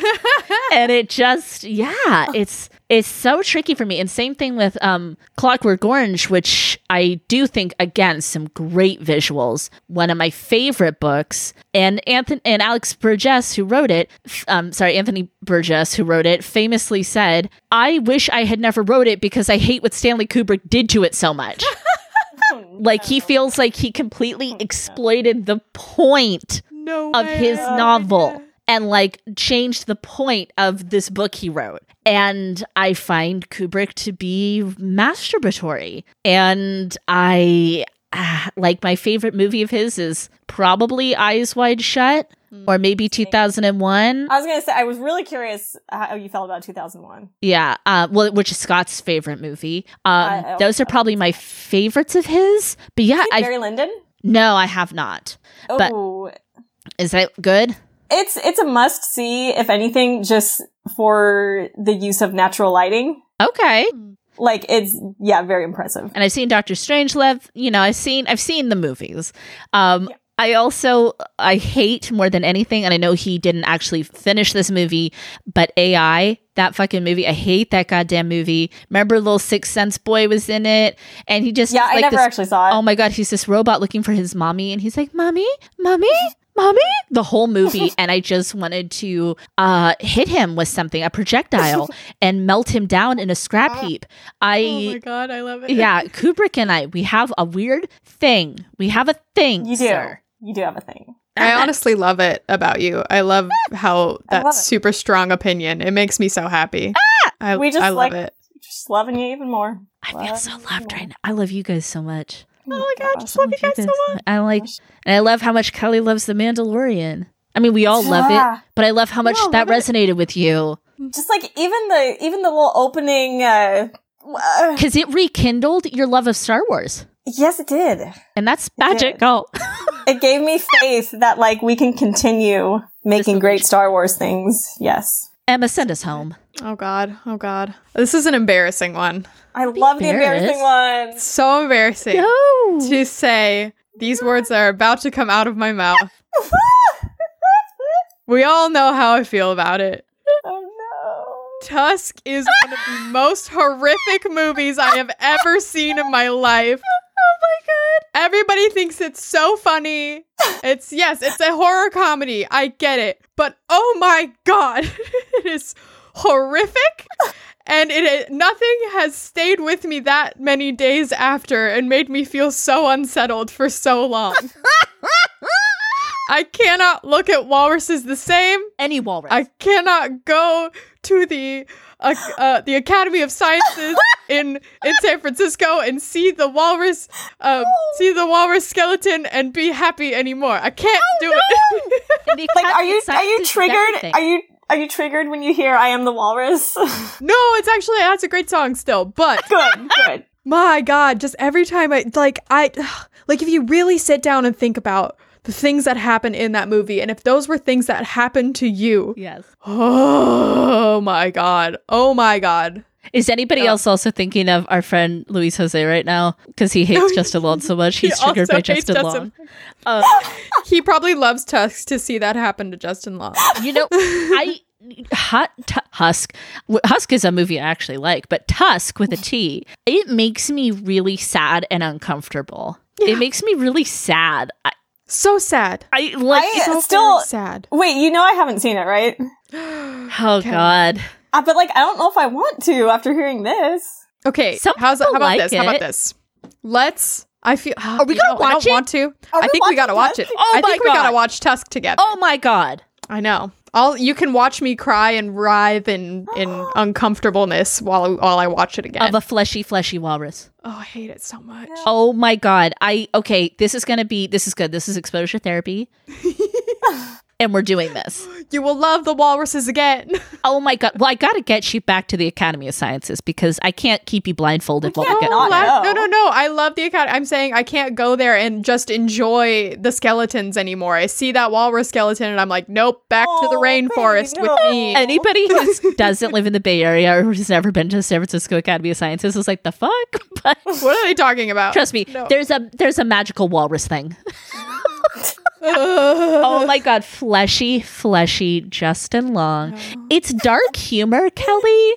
C: and it just yeah, it's it's so tricky for me. And same thing with um Clockwork Orange, which I do think again some great visuals. One of my favorite books, and Anthony and Alex Burgess, who wrote it, f- um, sorry, Anthony Burgess, who wrote it, famously said, "I wish I had never wrote it because I hate what Stanley Kubrick did to it so much."
A: Hmm.
C: like he feels like he completely exploited the point
B: No.
C: of
B: way.
C: his
B: Oh,
C: novel
B: yeah.
C: and like changed the point of this book he wrote. And I find Kubrick to be masturbatory. And I ah, like my favorite movie of his is probably Eyes Wide Shut
A: Hmm.
C: or maybe 2001.
A: I was gonna say I was really curious how you felt about 2001.
C: Yeah, uh, well, which is Scott's favorite movie. Um,
A: I- I
C: those are
A: also-
C: probably my favorites of his. But yeah, I
A: Barry Lyndon.
C: no, I have not. but-
A: Oh,
C: Is that good?
A: it's it's a must see if anything, just for the use of natural lighting.
C: Okay,
A: Like it's yeah, very impressive.
C: and I've seen Doctor Strangelove. You know, I've seen I've seen the movies. Um, I also I hate more than anything, and I know he didn't actually finish this movie, but AI that fucking movie. I hate that goddamn movie. Remember, little Six Sense boy was in it, and he just
A: Yeah,
C: like
A: I never
C: this-
A: actually saw it.
C: Oh my god, he's this robot looking for his mommy, and he's like, "Mommy, mommy, mommy," the whole movie. and I just wanted to uh, hit him with something, a projectile, and melt him down in a
A: Uh,
C: scrap heap. I
B: oh my god, I love it.
C: yeah, Kubrick and I, we have a weird thing. We have a thing.
A: you do.
C: sir.
A: You do have a thing.
B: I honestly love it about you. I love how
A: I
B: that
A: love it.
B: super strong opinion. It makes me so happy.
C: Ah!
B: I,
A: We just
B: I love
A: like-
B: it.
A: Just loving you even more.
C: I feel
A: Love
C: so
A: you
C: loved
A: more.
C: right now. I love you guys so much.
B: Oh my god, I just
A: gosh.
B: love you
C: I
B: guys so much.
C: I like, and I love how much Kelly loves The Mandalorian. I mean, we all love it,
A: Yeah.
C: but I love how much
B: all
C: that
B: love it.
C: resonated with you
A: Just like even the even the little opening. Uh, uh,
C: because it rekindled your love of Star Wars,
A: yes, it did.
C: and that's Oh.
A: did.
C: magical.
A: It gave me faith that like we can continue making
C: This-
A: great Star Wars things. Yes.
C: Emma, send us home.
B: Oh god, oh god. This is an embarrassing one.
A: I love the embarrassing ones.
B: So embarrassing to say these words that are about to come out of my mouth. We all know how I feel about it.
A: oh
B: Tusk is one of the most horrific movies I have ever seen in my life. Oh my god. Everybody thinks it's so funny. It's yes, it's a horror comedy. I get it. But oh my god. it is horrific. And it, it nothing has stayed with me that many days after and made me feel so unsettled for so long. I cannot look at walruses the same.
C: Any walrus.
B: I cannot go to the uh, uh, the Academy of Sciences in in San Francisco and see the walrus um, see the walrus skeleton and be happy anymore. I can't do it.
C: And the
A: no! Like, are
C: Academy
A: you are
C: Science
A: you
C: is
A: triggered?
C: everything.
A: Are you are you triggered when you hear "I am the walrus"?
B: no, it's actually that's a great song still, but
A: good, good.
B: my god, just every time I like I like if you really sit down and think about the things that happen in that movie and if those were things that happened to you.
C: Yes.
B: Oh my god. Oh my god.
C: Is anybody
B: Yeah.
C: else also thinking of our friend Luis Jose right now? Because he hates
B: No, he-
C: Justin Long so much. He's
B: he
C: triggered
B: also
C: by
B: hates
C: Justin,
B: Justin.
C: Long.
B: He probably loves Tusk to see that happen to Justin Long.
C: Uh, you know, I hot tu- husk W- husk is a movie I actually like, but Tusk with a T, it makes me really sad and uncomfortable. It makes me really sad. I,
B: So sad.
C: I like.
A: I-
C: it's-
B: So
A: Still-
B: very sad.
A: Wait, you know I haven't seen it, right?
C: oh
B: okay.
C: God!
A: Uh, but like, I don't know if I want to after hearing this.
B: Okay,
C: Some
B: how's how
C: people
B: about
C: like
B: this? How
C: it.
B: about this? Let's. I feel. Are
C: we gonna
B: I
C: watch
B: don't
C: it?
B: want to.
A: Are
B: I
A: we
B: think we gotta watch
A: watching
B: it.
A: Tusk?
C: Oh
B: I think
C: my
B: we gotta
C: God.
B: watch Tusk together.
C: Oh my God!
B: I know. All you can watch me cry and writhe in in uncomfortableness while while I watch it again.
C: Of a fleshy, fleshy walrus.
B: oh, I hate it so much.
C: Oh my god. I okay, this is going to be this is good. This is exposure therapy. and we're doing this.
B: You will love the walruses again.
C: Oh my god. Well, I got to get you back to the Academy of Sciences because I can't keep you blindfolded while we
A: can't
C: get
A: not.
C: on.
B: la-
A: know.
B: no, no, no. I love the account. I'm saying I can't go there and just enjoy the skeletons anymore. I see that walrus skeleton and I'm like, nope, back to the
A: Oh,
B: rainforest
A: baby,
B: with
A: no.
B: me.
C: Anybody who doesn't live in the Bay Area or has never been to the San Francisco Academy of Sciences is like the fuck. But
B: what are they talking about?
C: trust me,
B: No.
C: there's a there's a magical walrus thing.
B: Ugh.
C: Oh my god, fleshy, fleshy Justin Long. It's dark humor, Kelly.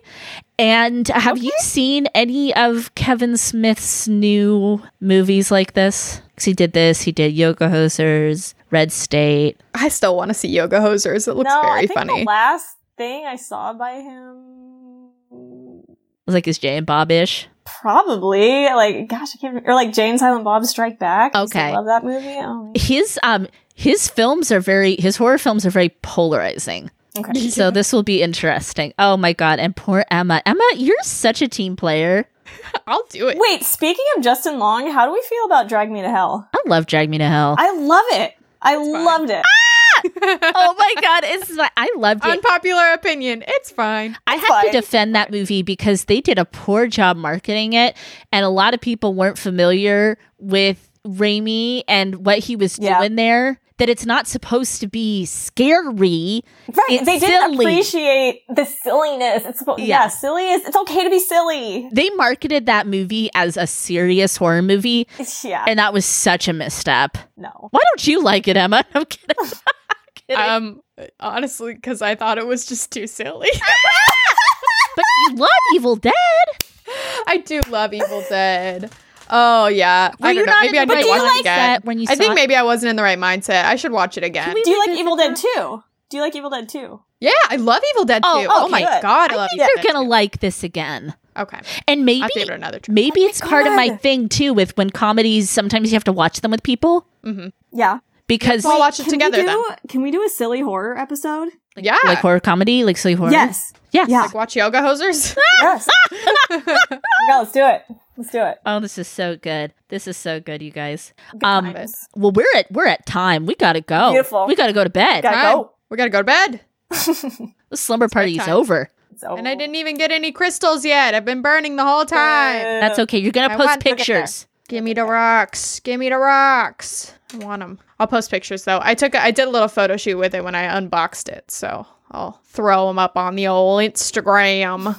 C: And have you seen any of Kevin Smith's new movies like this? 'Cause he did this. He did Yoga Hosers, Red State.
B: I still want to see yoga hosers. It looks
A: no, I
B: very
A: think
B: funny.
A: the last thing I saw by him,
C: It was like his Jay and Bob ish.
A: probably like gosh, I can't remember, or like Jane Silent Bob Strike Back. I used to
C: Okay.
A: love that movie. Oh,
C: His um his films are very his horror films are very polarizing.
A: okay.
C: So this will be interesting. Oh my god! And poor Emma. Emma, you're such a team player.
B: I'll do it.
A: Wait, speaking of Justin Long, how do we feel about Drag Me to Hell?
C: I love Drag Me to Hell.
A: I love it. I loved it.
C: Ah, oh my god! It's like I loved it.
B: Unpopular opinion. It's fine.
C: I have to
A: fine.
C: defend that movie because they did a poor job marketing it, and a lot of people weren't familiar with Raimi and what he was
A: Yeah.
C: doing there. that it's not supposed to be scary.
A: Right.
C: It's
A: they didn't
C: silly.
A: appreciate the silliness. It's supposed, yeah.
C: Yeah.
A: silly is, it's okay to be silly.
C: They marketed that movie as a serious horror movie,
A: It's- Yeah.
C: and that was such a misstep.
A: no.
C: Why don't you like it, Emma? I'm kidding. I'm kidding.
B: Um, honestly, because I thought it was just too silly.
C: but you love Evil Dead.
B: I do love Evil Dead. Oh yeah,
C: Were
B: I
C: you
B: don't know.
C: not
B: Maybe
C: in
B: I need
C: the right
B: to watch it
C: mindset
B: again.
C: when you
B: I
C: saw
B: think
C: it?
B: maybe I wasn't in the right mindset. I should watch it again.
C: we-
A: Do you
C: like
A: like
C: it
A: Evil Dead 2? Do you like Evil Dead 2?
B: yeah, I love Evil Dead too.
C: Oh,
B: Oh,
A: okay,
B: my
A: good.
B: god, I,
C: I
B: love
C: think
B: Evil
C: they're
B: Dead
C: gonna
B: too.
C: like this again,
B: Okay,
C: and
B: I'll
C: maybe
B: give it another try.
C: maybe it's part of my
A: Oh God.
C: thing too with when comedies. Sometimes you have to watch them with people
B: hmm
A: Yeah.
C: because
B: We'll watch it
A: Can we
B: together
A: do-
B: then.
A: Can we do a silly horror episode?
B: yeah,
C: like horror comedy, like silly horror.
A: Yes.
C: Yeah.
A: Yeah.
B: like watch yoga hosers.
A: yes. no, let's do it. Let's do it.
C: Oh, this is so good. This is so good, you guys.
A: Good
C: Um,
A: times.
C: Well, we're at we're at time. We gotta go.
A: Beautiful.
C: We gotta go to bed.
A: Gotta
B: Time.
A: go.
B: we gotta go to bed.
C: The slumber party's
B: bedtime.
C: over.
A: So-
B: And I didn't even get any crystals yet. I've been burning the whole time.
C: That's okay. You're gonna
B: I
C: post
B: want to get there.
C: pictures.
B: Give me the rocks. Give me the rocks. I want them. I'll post pictures though. I took. A, I did a little photo shoot with it when I unboxed it, so I'll throw them up on the old Instagram.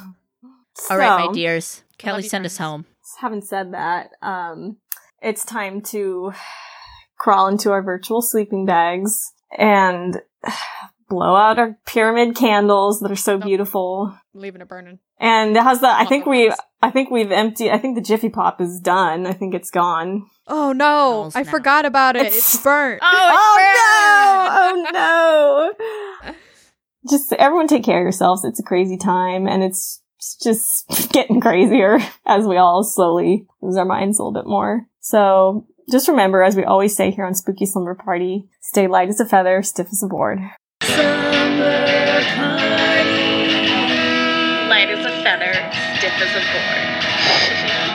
A: So,
C: All right, my dears. Kelly,
B: you,
C: send us
B: friends.
C: home.
A: Having said that, um, it's time to crawl into our virtual sleeping bags and blow out our pyramid candles that are
B: Oh.
A: so beautiful.
B: I'm leaving it burning.
A: And how's that? I
B: Love
A: think
B: the
A: we,
B: rocks.
A: I think we've emptied. I think the Jiffy Pop is done. I think it's gone.
B: Oh no!
C: Smells
B: I
C: now.
B: forgot about it.
A: It's-
B: It's burnt.
A: Oh, no! Oh no! Just everyone take care of yourselves. It's a crazy time, and it's it's just getting crazier as we all slowly lose our minds a little bit more. So just remember, as we always say here on Spooky Slumber Party, stay light as a feather, stiff as a board.
E: Light as a feather, stiff as a board.